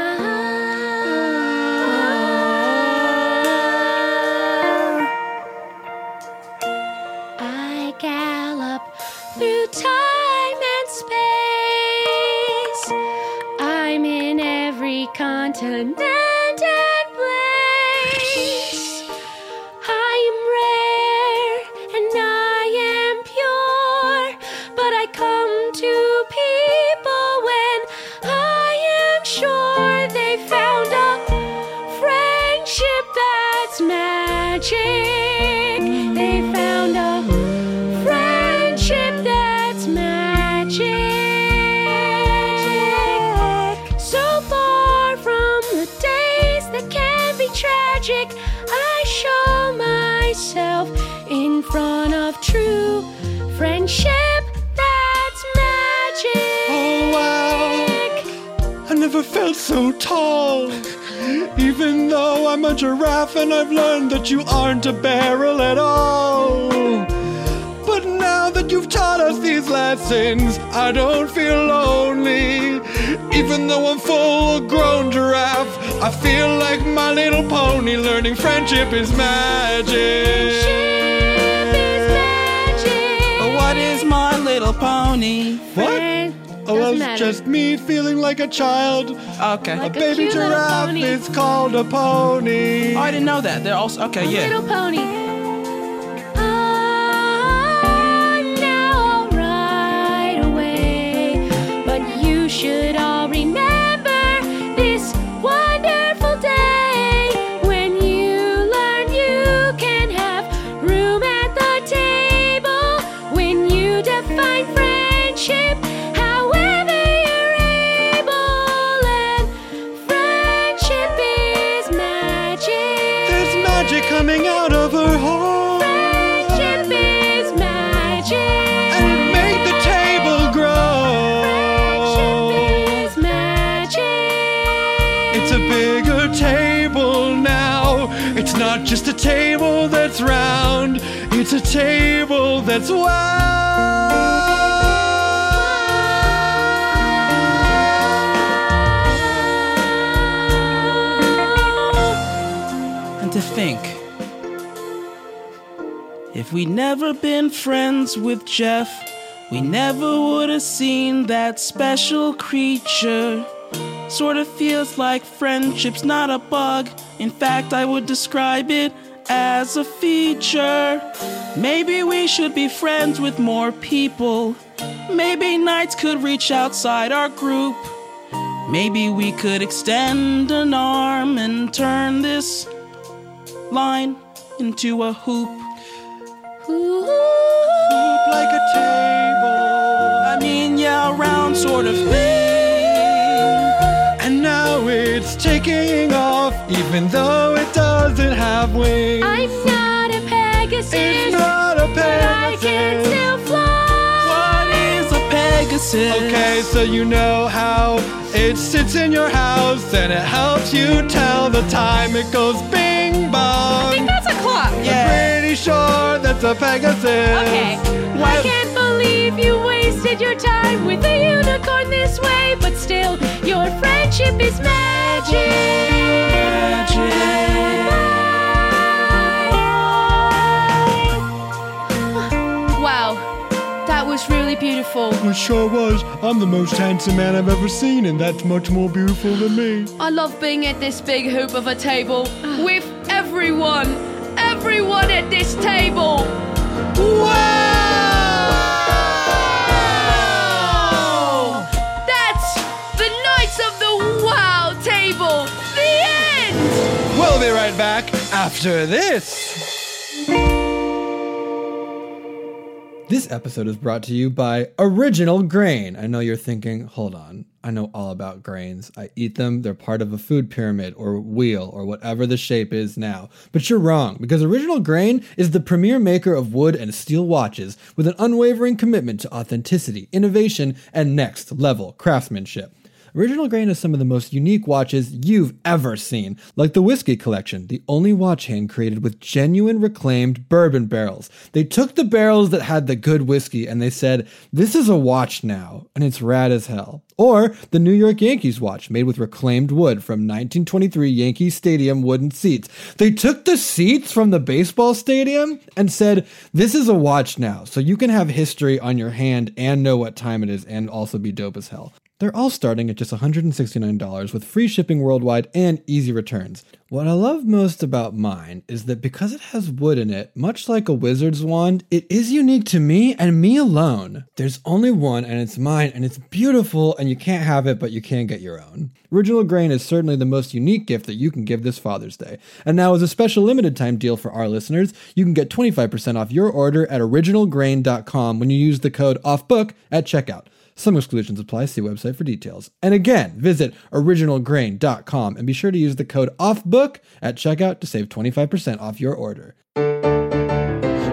[SPEAKER 5] Uh.
[SPEAKER 4] I gallop through time and space. I'm in every continent and place. I am rare and I am pure, but I come to people when I am sure they found a friendship that's magic. They found a friendship that's magic. So far from the days that can be tragic, I show myself in front of true friendship that's magic.
[SPEAKER 5] Oh wow! I never felt so tall. Even though I'm a giraffe and I've learned that you aren't a barrel at all. But now that you've taught us these lessons, I don't feel lonely. Even though I'm full grown giraffe, I feel like my little pony learning friendship is magic.
[SPEAKER 8] But what is my little pony?
[SPEAKER 5] What? Oh,
[SPEAKER 4] doesn't
[SPEAKER 5] that's
[SPEAKER 4] matter.
[SPEAKER 5] just me feeling like a child.
[SPEAKER 8] Okay.
[SPEAKER 5] a baby
[SPEAKER 4] cute little
[SPEAKER 5] giraffe
[SPEAKER 4] pony.
[SPEAKER 5] is called a pony.
[SPEAKER 8] Oh, I didn't know that. They're also okay. Yeah.
[SPEAKER 4] Little pony. I'm Ah, now right away, but you should all remember this wonderful day when you learn you can have room at the table when you define friendship. However you're able, and friendship is magic.
[SPEAKER 5] There's magic coming out of her hole.
[SPEAKER 4] Friendship is magic.
[SPEAKER 5] And it made the table grow.
[SPEAKER 4] Is magic.
[SPEAKER 5] It's a bigger table now. It not just a table that's round, it's a table that's wow.
[SPEAKER 8] And to think, if we'd never been friends with Jeff, we never would have seen that special creature. Sort of feels like friendship's not a bug. In fact, I would describe it as a feature. Maybe we should be friends with more people. Maybe Knights could reach outside our group. Maybe we could extend an arm and turn this line into a hoop.
[SPEAKER 5] Look like a table,
[SPEAKER 8] I mean, yeah, round sort of thing.
[SPEAKER 5] and now it's taking off, even though it doesn't have wings.
[SPEAKER 4] I'm not a Pegasus.
[SPEAKER 5] it's not a
[SPEAKER 4] I can
[SPEAKER 5] Pegasus.
[SPEAKER 4] still fly.
[SPEAKER 8] What is a Pegasus?
[SPEAKER 5] Okay, so you know how it sits in your house and it helps you tell the time. It goes bing bong.
[SPEAKER 6] think that's a clock.
[SPEAKER 5] I'm pretty sure that's a Pegasus.
[SPEAKER 4] Okay. I can't believe you wasted your time with a unicorn this way, but still, your friendship is magic.
[SPEAKER 6] Wow, that was really beautiful.
[SPEAKER 5] It sure was. I'm the most handsome man I've ever seen, and that's much more beautiful than me.
[SPEAKER 6] I love being at this big hoop of a table with everyone. Everyone at this table.
[SPEAKER 8] Wow!
[SPEAKER 6] That's the Knights of the Wow table. The end.
[SPEAKER 5] We'll be right back after this. This episode is brought to you by Original Grain. I know you're thinking, hold on, I know all about grains. I eat them, they're part of a food pyramid or wheel or whatever the shape is now. But you're wrong, because Original Grain is the premier maker of wood and steel watches with an unwavering commitment to authenticity, innovation, and next level craftsmanship. Original Grain has some of the most unique watches you've ever seen, like the Whiskey Collection, the only watch hand created with genuine reclaimed bourbon barrels. They took the barrels that had the good whiskey and they said, This is a watch now, and it's rad as hell. Or the New York Yankees watch made with reclaimed wood from 1923 Yankee Stadium wooden seats. They took the seats from the baseball stadium and said, This is a watch now, so you can have history on your hand and know what time it is and also be dope as hell. They're all starting at just $169 with free shipping worldwide and easy returns. What I love most about mine is that because it has wood in it, much like a wizard's wand, it is unique to me and me alone. There's only one and it's mine and it's beautiful and you can't have it but you can get your own. Original Grain is certainly the most unique gift that you can give this Father's Day. And now as a special limited time deal for our listeners, you can get 25% off your order at originalgrain.com when you use the code OFFBOOK at checkout. Some exclusions apply. See website for details. And again, visit originalgrain.com and be sure to use the code OFFBOOK at checkout to save 25% off your order.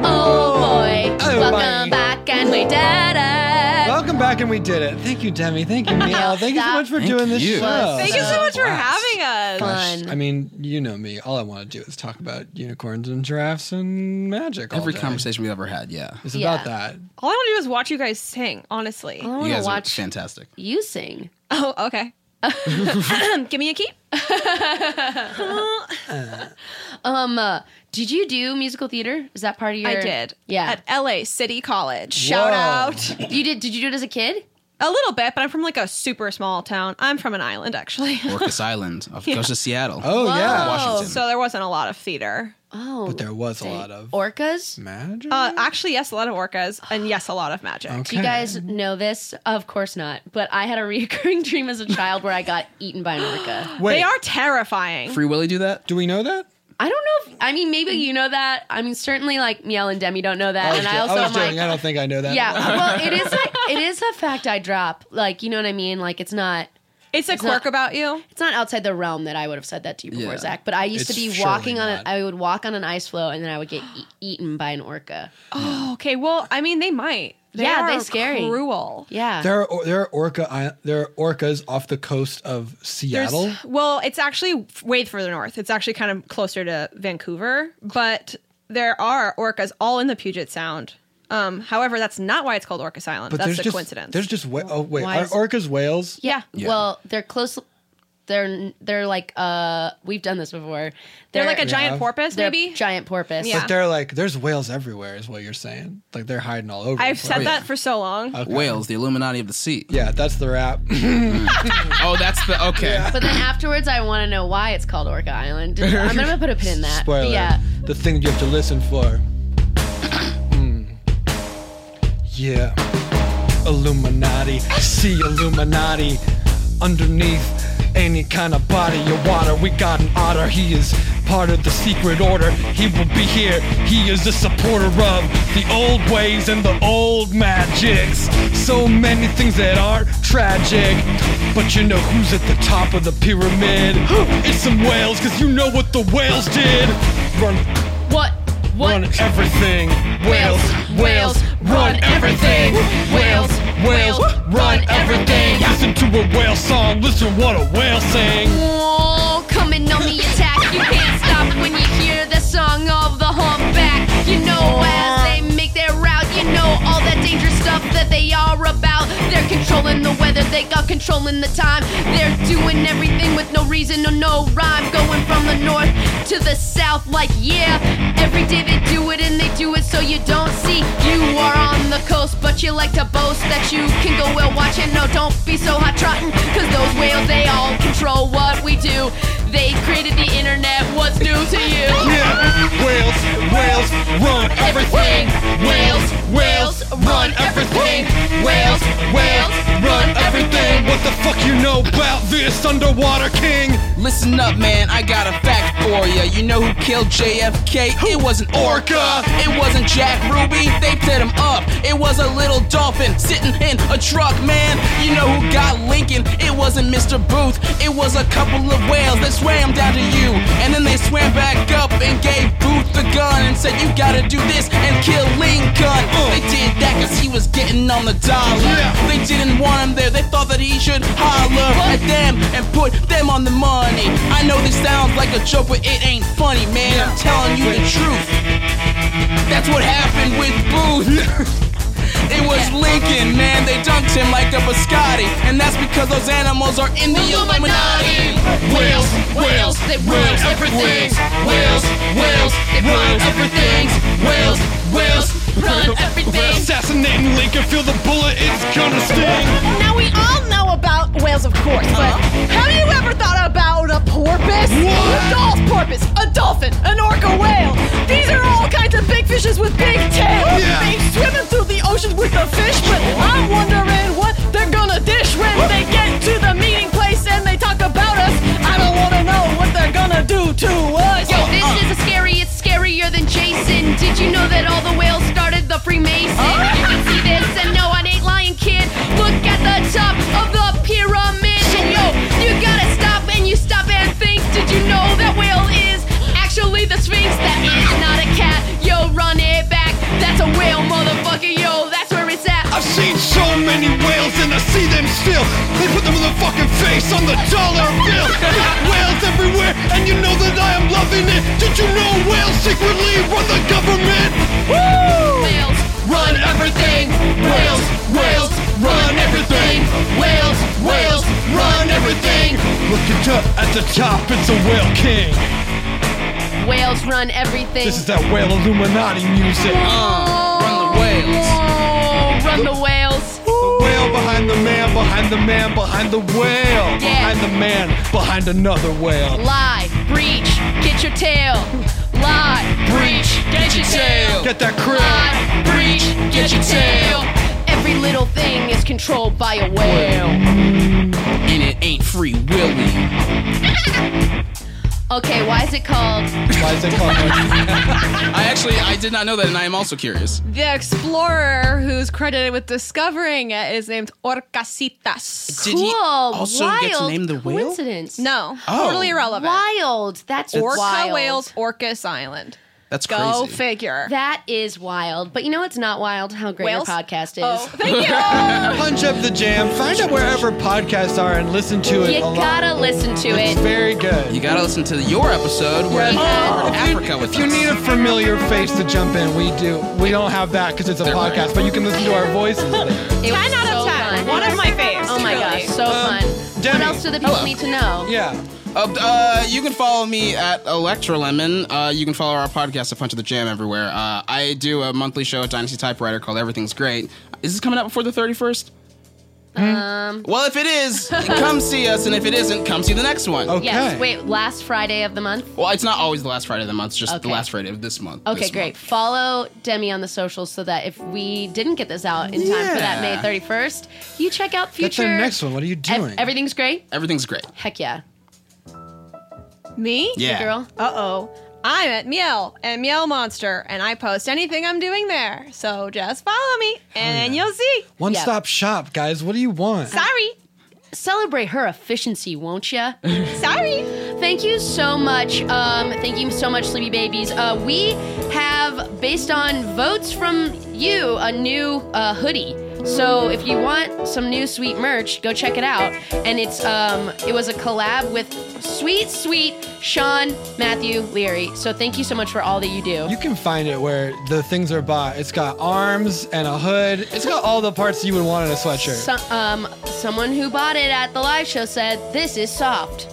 [SPEAKER 4] Oh boy.
[SPEAKER 5] Oh,
[SPEAKER 4] Welcome
[SPEAKER 5] my.
[SPEAKER 4] back, and we did it.
[SPEAKER 5] Welcome back, and we did it. Thank you, Demi. Thank you, Neil. Thank you so much for
[SPEAKER 8] Thank
[SPEAKER 5] doing this
[SPEAKER 8] you.
[SPEAKER 5] show.
[SPEAKER 6] Thank you so much for having us.
[SPEAKER 4] Fun.
[SPEAKER 5] I mean, you know me. All I want to do is talk about unicorns and giraffes and magic. all
[SPEAKER 8] Every
[SPEAKER 5] day.
[SPEAKER 8] conversation we've ever had, yeah.
[SPEAKER 5] is
[SPEAKER 4] Yeah.
[SPEAKER 5] about that.
[SPEAKER 6] All I want to do is watch you guys sing, honestly.
[SPEAKER 4] I
[SPEAKER 8] You
[SPEAKER 4] want to
[SPEAKER 8] guys
[SPEAKER 4] watch
[SPEAKER 8] are fantastic.
[SPEAKER 4] you sing.
[SPEAKER 6] Oh, okay. Give me a key.
[SPEAKER 4] Um, uh, did you do musical theater? Is that part of your?
[SPEAKER 6] I did.
[SPEAKER 4] Yeah.
[SPEAKER 6] At LA City College. Shout
[SPEAKER 5] Whoa.
[SPEAKER 6] out.
[SPEAKER 4] you did. Did you do it as a kid?
[SPEAKER 6] A little bit, but I'm from like a super small town. I'm from an island, actually.
[SPEAKER 8] Orcas Island, off the coast of Seattle.
[SPEAKER 5] Oh yeah,
[SPEAKER 8] Washington.
[SPEAKER 6] so there wasn't a lot of theater.
[SPEAKER 4] Oh.
[SPEAKER 5] but there was a lot of
[SPEAKER 4] orcas.
[SPEAKER 5] magic.
[SPEAKER 6] Uh,
[SPEAKER 4] Mm.
[SPEAKER 6] actually, yes, a lot of orcas, and yes, a lot of magic.
[SPEAKER 4] Do you guys know this? Of course not. But I had a recurring dream as a child where I got eaten by an orca.
[SPEAKER 5] Wait,
[SPEAKER 6] They are terrifying.
[SPEAKER 8] Free Willy do that?
[SPEAKER 5] do we know that?
[SPEAKER 4] I don't know if I mean maybe you know that. I mean certainly like Miel and Demi don't know that.
[SPEAKER 5] was
[SPEAKER 4] and
[SPEAKER 5] jo-
[SPEAKER 4] I also
[SPEAKER 5] was
[SPEAKER 4] am
[SPEAKER 5] joking. I
[SPEAKER 4] like
[SPEAKER 5] don't think I know that.
[SPEAKER 4] Yeah. Well it is like it is a fact I drop. Like, you know what I mean? Like it's not
[SPEAKER 6] It's a
[SPEAKER 4] not-
[SPEAKER 6] quirk about you.
[SPEAKER 4] it's not outside the realm that I would have said that to you before,
[SPEAKER 8] Yeah.
[SPEAKER 4] Zach. But I used to
[SPEAKER 5] It's
[SPEAKER 4] be
[SPEAKER 5] surely
[SPEAKER 4] walking on an,
[SPEAKER 5] not.
[SPEAKER 4] I would walk on an ice floe and then I would get e- eaten by an orca.
[SPEAKER 6] Okay, well, Oh, I mean, they might. They
[SPEAKER 4] Yeah, they
[SPEAKER 6] are
[SPEAKER 4] scary.
[SPEAKER 6] Cruel.
[SPEAKER 4] Yeah.
[SPEAKER 5] There are or- there are orca i- there are orcas off the coast of Seattle.
[SPEAKER 6] There's, well, it's actually f- way further north. It's actually kind of closer to Vancouver, but there are orcas all in the Puget Sound. Um, however, that's not why it's called Orcas Island.
[SPEAKER 5] but
[SPEAKER 6] that's
[SPEAKER 5] there's
[SPEAKER 6] a
[SPEAKER 5] just
[SPEAKER 6] coincidence.
[SPEAKER 5] there's just wha- oh wait
[SPEAKER 4] Why
[SPEAKER 5] are
[SPEAKER 4] is-
[SPEAKER 5] orcas whales.
[SPEAKER 6] yeah.
[SPEAKER 4] Well, they're close. They're they're like uh we've done this before.
[SPEAKER 6] They're like a giant
[SPEAKER 5] Yeah.
[SPEAKER 6] porpoise,
[SPEAKER 4] they're
[SPEAKER 6] maybe.
[SPEAKER 4] giant porpoise.
[SPEAKER 6] Yeah.
[SPEAKER 5] But they're like there's whales everywhere is what you're saying. Like they're hiding all over.
[SPEAKER 6] I've
[SPEAKER 5] the
[SPEAKER 6] said
[SPEAKER 5] place.
[SPEAKER 6] that for so long.
[SPEAKER 8] Whales, the Illuminati of the sea.
[SPEAKER 5] Yeah, that's the wrap.
[SPEAKER 8] Oh, that's the okay.
[SPEAKER 4] But then afterwards, I want to know why it's called Orca Island. I'm gonna put a pin in that.
[SPEAKER 5] Spoiler.
[SPEAKER 4] Yeah.
[SPEAKER 5] The thing you have to listen for. Mm. Yeah. Illuminati. See Illuminati. Underneath any kind of body of water, we got an otter. He is part of the secret order. He will be here. He is a supporter of the old ways and the old magics. So many things that aren't tragic. But you know who's at the top of the pyramid? It's some whales, cause you know what the whales did. Run
[SPEAKER 4] What? What?
[SPEAKER 5] Run everything. Whales, whales, run everything. Whales, whales, run everything. Listen to a whale song. Listen what a whale sing.
[SPEAKER 4] Whoa, coming on the attack. You can't stop when you hear the song of the humpback. You know, as they make their route, you know all that dangerous stuff that they are about. They're controlling the weather, they got controlling the time. They're doing everything with no reason or no rhyme. Going from the north to the south, like, yeah. Every day they do it and they do it so you don't see. You are on the coast, but you like to boast that you can go whale watching. No, don't be so hot trotting, cause those whales, they all control what we do. They created the internet, what's new to you?
[SPEAKER 5] Yeah, whales, whales, run everything. Whales, whales, run everything. Whales, whales, run everything. What the fuck you know about this underwater king?
[SPEAKER 8] Listen up, man, I got a fact for ya. You know who killed JFK? It was an orca. It wasn't Jack Ruby, they set him up. It was a little dolphin sitting in a truck, man. You know who got Lincoln? It wasn't Mr. Booth. It was a couple of whales that swam down to you. And then they swam back up and gave Booth the gun and said, You gotta do this and kill Lincoln. They did that cause he was getting on the dollar. They didn't want him there, they thought that he should holler at them and put them on the money. I know this sounds like a joke, but it ain't funny, man. I'm telling you the truth. That's what happened with Booth. It was Lincoln, man. They dunked him like a biscotti. And that's because those animals are in the Illuminati.
[SPEAKER 4] Whales, whales, they run everything. Whales, whales, they run everything. Whales, whales, run everything.
[SPEAKER 5] Assassinating Lincoln, feel the bullet, it's gonna sting.
[SPEAKER 10] Now we all know about whales, of course, but have you ever thought about a porpoise? A doll's porpoise, a dolphin, an orca whale. These are all kinds of big fishes with big tails. They swim through the oceans with the fish, but I'm wondering what they're gonna dish when they get to the meeting place and they talk about us. I don't wanna know what they're gonna do to us.
[SPEAKER 4] Yo, this is a scary, it's scarier than Jason. Did you know that all the whales started the Freemason? You can see this and no, I ain't lying, kid. Look at the top of the pyramid. And yo, you gotta stop and you stop and think. Did you know that whale is actually the Sphinx? That is not a cat. Yo, run it back. That's a whale, motherfucker. Yo, that's where it's at.
[SPEAKER 5] I've seen so many whales and I see them still. They put them in the fucking face on the dollar bill. Got whales everywhere, and you know that I am loving it. Did you know whales secretly run the government? Woo!
[SPEAKER 4] Whales,
[SPEAKER 5] Run everything, whales, whales, run everything, whales, whales, run everything. Look it up at the top, it's a whale king.
[SPEAKER 4] whales run everything.
[SPEAKER 5] This is that whale Illuminati music.
[SPEAKER 8] Run
[SPEAKER 4] Whoa, run
[SPEAKER 8] the whales.
[SPEAKER 4] the whales.
[SPEAKER 5] The whale behind the man, behind the man, behind the whale.
[SPEAKER 4] Yeah.
[SPEAKER 5] Behind the man, behind another whale.
[SPEAKER 4] Lie, breach, get your tail. Lie, breach, get your tail.
[SPEAKER 5] Get that crib.
[SPEAKER 4] Lie, breach, get your tail. Every little thing is controlled by a whale.
[SPEAKER 8] And it ain't free willy.
[SPEAKER 4] Okay, why is it called?
[SPEAKER 5] Why is it called
[SPEAKER 8] I actually, I did not know that, and I am also curious.
[SPEAKER 6] The explorer who's credited with discovering it is named Orcasitas.
[SPEAKER 8] Did he
[SPEAKER 4] Cool,
[SPEAKER 8] also
[SPEAKER 4] wild
[SPEAKER 8] get to name the whale?
[SPEAKER 4] coincidence.
[SPEAKER 6] No,
[SPEAKER 8] Oh.
[SPEAKER 6] totally irrelevant.
[SPEAKER 4] wild. That's
[SPEAKER 6] Orca
[SPEAKER 4] wild.
[SPEAKER 6] Whales, Orcas Island.
[SPEAKER 8] That's
[SPEAKER 6] Go
[SPEAKER 8] crazy.
[SPEAKER 6] figure.
[SPEAKER 9] That is wild. But you know what's not wild? How great
[SPEAKER 6] Whales?
[SPEAKER 9] your podcast is.
[SPEAKER 6] Oh, thank you.
[SPEAKER 5] Punch up the jam. Find out wherever podcasts are and listen to it.
[SPEAKER 9] you
[SPEAKER 5] a lot.
[SPEAKER 9] gotta listen to
[SPEAKER 5] It's
[SPEAKER 9] it.
[SPEAKER 5] very good.
[SPEAKER 8] You gotta listen to your episode where you are in Africa
[SPEAKER 5] Oh,
[SPEAKER 8] with
[SPEAKER 5] If you
[SPEAKER 8] us.
[SPEAKER 5] need a familiar face to jump in, we do. We don't have that because it's a podcast, but you can listen to our voices.
[SPEAKER 9] It was
[SPEAKER 6] 10 out of
[SPEAKER 9] so
[SPEAKER 6] 10.
[SPEAKER 9] fun.
[SPEAKER 6] One of my faves.
[SPEAKER 9] Oh my
[SPEAKER 6] truly.
[SPEAKER 9] gosh, so fun.
[SPEAKER 5] Demi.
[SPEAKER 9] What else do the people
[SPEAKER 8] Hello.
[SPEAKER 9] need to know?
[SPEAKER 5] yeah.
[SPEAKER 8] Uh, uh, you can follow me at Electrolemon. Uh, you can follow our podcast, A Punch of the Jam, everywhere. Uh, I do a monthly show at Dynasty Typewriter called Everything's Great. Is this coming out before the 31st? Um. Well, if it is, come see us, and if it isn't, come see the next one.
[SPEAKER 5] Okay.
[SPEAKER 9] Yes. Wait, last Friday of the month.
[SPEAKER 8] Well, it's not always the last Friday of the month, it's just
[SPEAKER 9] Okay.
[SPEAKER 8] the last Friday of this month.
[SPEAKER 9] Okay,
[SPEAKER 8] this
[SPEAKER 9] great.
[SPEAKER 8] month.
[SPEAKER 9] Follow Demi on the socials so that if we didn't get this out in time for that May
[SPEAKER 8] Yeah.
[SPEAKER 9] 31st, you check out
[SPEAKER 5] That's
[SPEAKER 9] future.
[SPEAKER 5] our next one. What are you
[SPEAKER 9] Ev-
[SPEAKER 5] doing?
[SPEAKER 9] everything's great.
[SPEAKER 8] Everything's great.
[SPEAKER 9] Heck yeah,
[SPEAKER 6] Me?
[SPEAKER 8] Yeah.
[SPEAKER 9] girl.
[SPEAKER 6] Uh oh. I'm at Miel and Miel Monster, and I post anything I'm doing there. So just follow me, and you'll see.
[SPEAKER 5] One
[SPEAKER 9] Yeah.
[SPEAKER 5] stop shop, guys. What do you want?
[SPEAKER 6] Sorry.
[SPEAKER 9] Celebrate her efficiency, won't ya?
[SPEAKER 6] Sorry.
[SPEAKER 9] Thank you so much. Um, thank you so much, Sleepy Babies. Uh, we have, based on votes from you, a new uh, hoodie. So if you want some new sweet merch, go check it out. And it's um, it was a collab with sweet, sweet Sean Matthew Leary. So thank you so much for all that you do.
[SPEAKER 5] You can find it where the things are bought. It's got arms and a hood. It's got all the parts you would want in a sweatshirt.
[SPEAKER 9] So, um, someone who bought it at the live show said this is soft.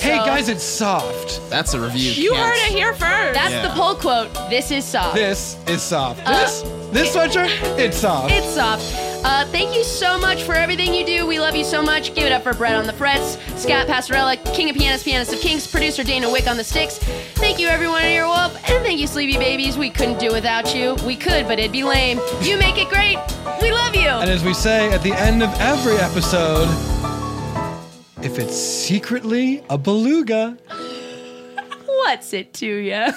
[SPEAKER 5] hey
[SPEAKER 9] So-
[SPEAKER 5] guys, it's soft.
[SPEAKER 8] That's a review.
[SPEAKER 6] You
[SPEAKER 8] can't-
[SPEAKER 6] heard it here first.
[SPEAKER 9] That's
[SPEAKER 8] Yeah.
[SPEAKER 9] the poll quote. This is soft.
[SPEAKER 5] This is soft. this this sweatshirt, it's soft.
[SPEAKER 9] Uh, It's soft. Uh, thank you so much for everything you do. We love you so much. Give it up for Brett on the frets, Scott Passarella, King of Pianists, Pianist of Kings, producer Dana Wick on the sticks. Thank you, everyone at Earwolf, and thank you, Sleepy Babies. We couldn't do without you. We could, but it'd be lame. You make it great. We love
[SPEAKER 5] and
[SPEAKER 9] you.
[SPEAKER 5] as we say at the end of every episode, if it's secretly a beluga,
[SPEAKER 9] What's it to ya?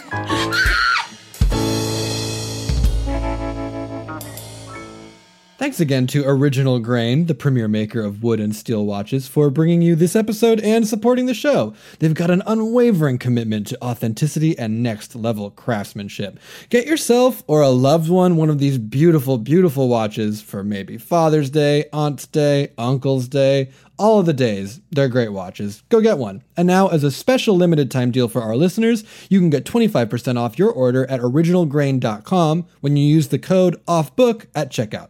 [SPEAKER 5] Thanks again to Original Grain, the premier maker of wood and steel watches, for bringing you this episode and supporting the show. They've got an unwavering commitment to authenticity and next level craftsmanship. Get yourself or a loved one one of these beautiful, beautiful watches for maybe Father's Day, Aunt's Day, Uncle's Day, all of the days. They're great watches. Go get one. And now, as a special limited time deal for our listeners, you can get 25% off your order at originalgrain.com when you use the code OFFBOOK at checkout.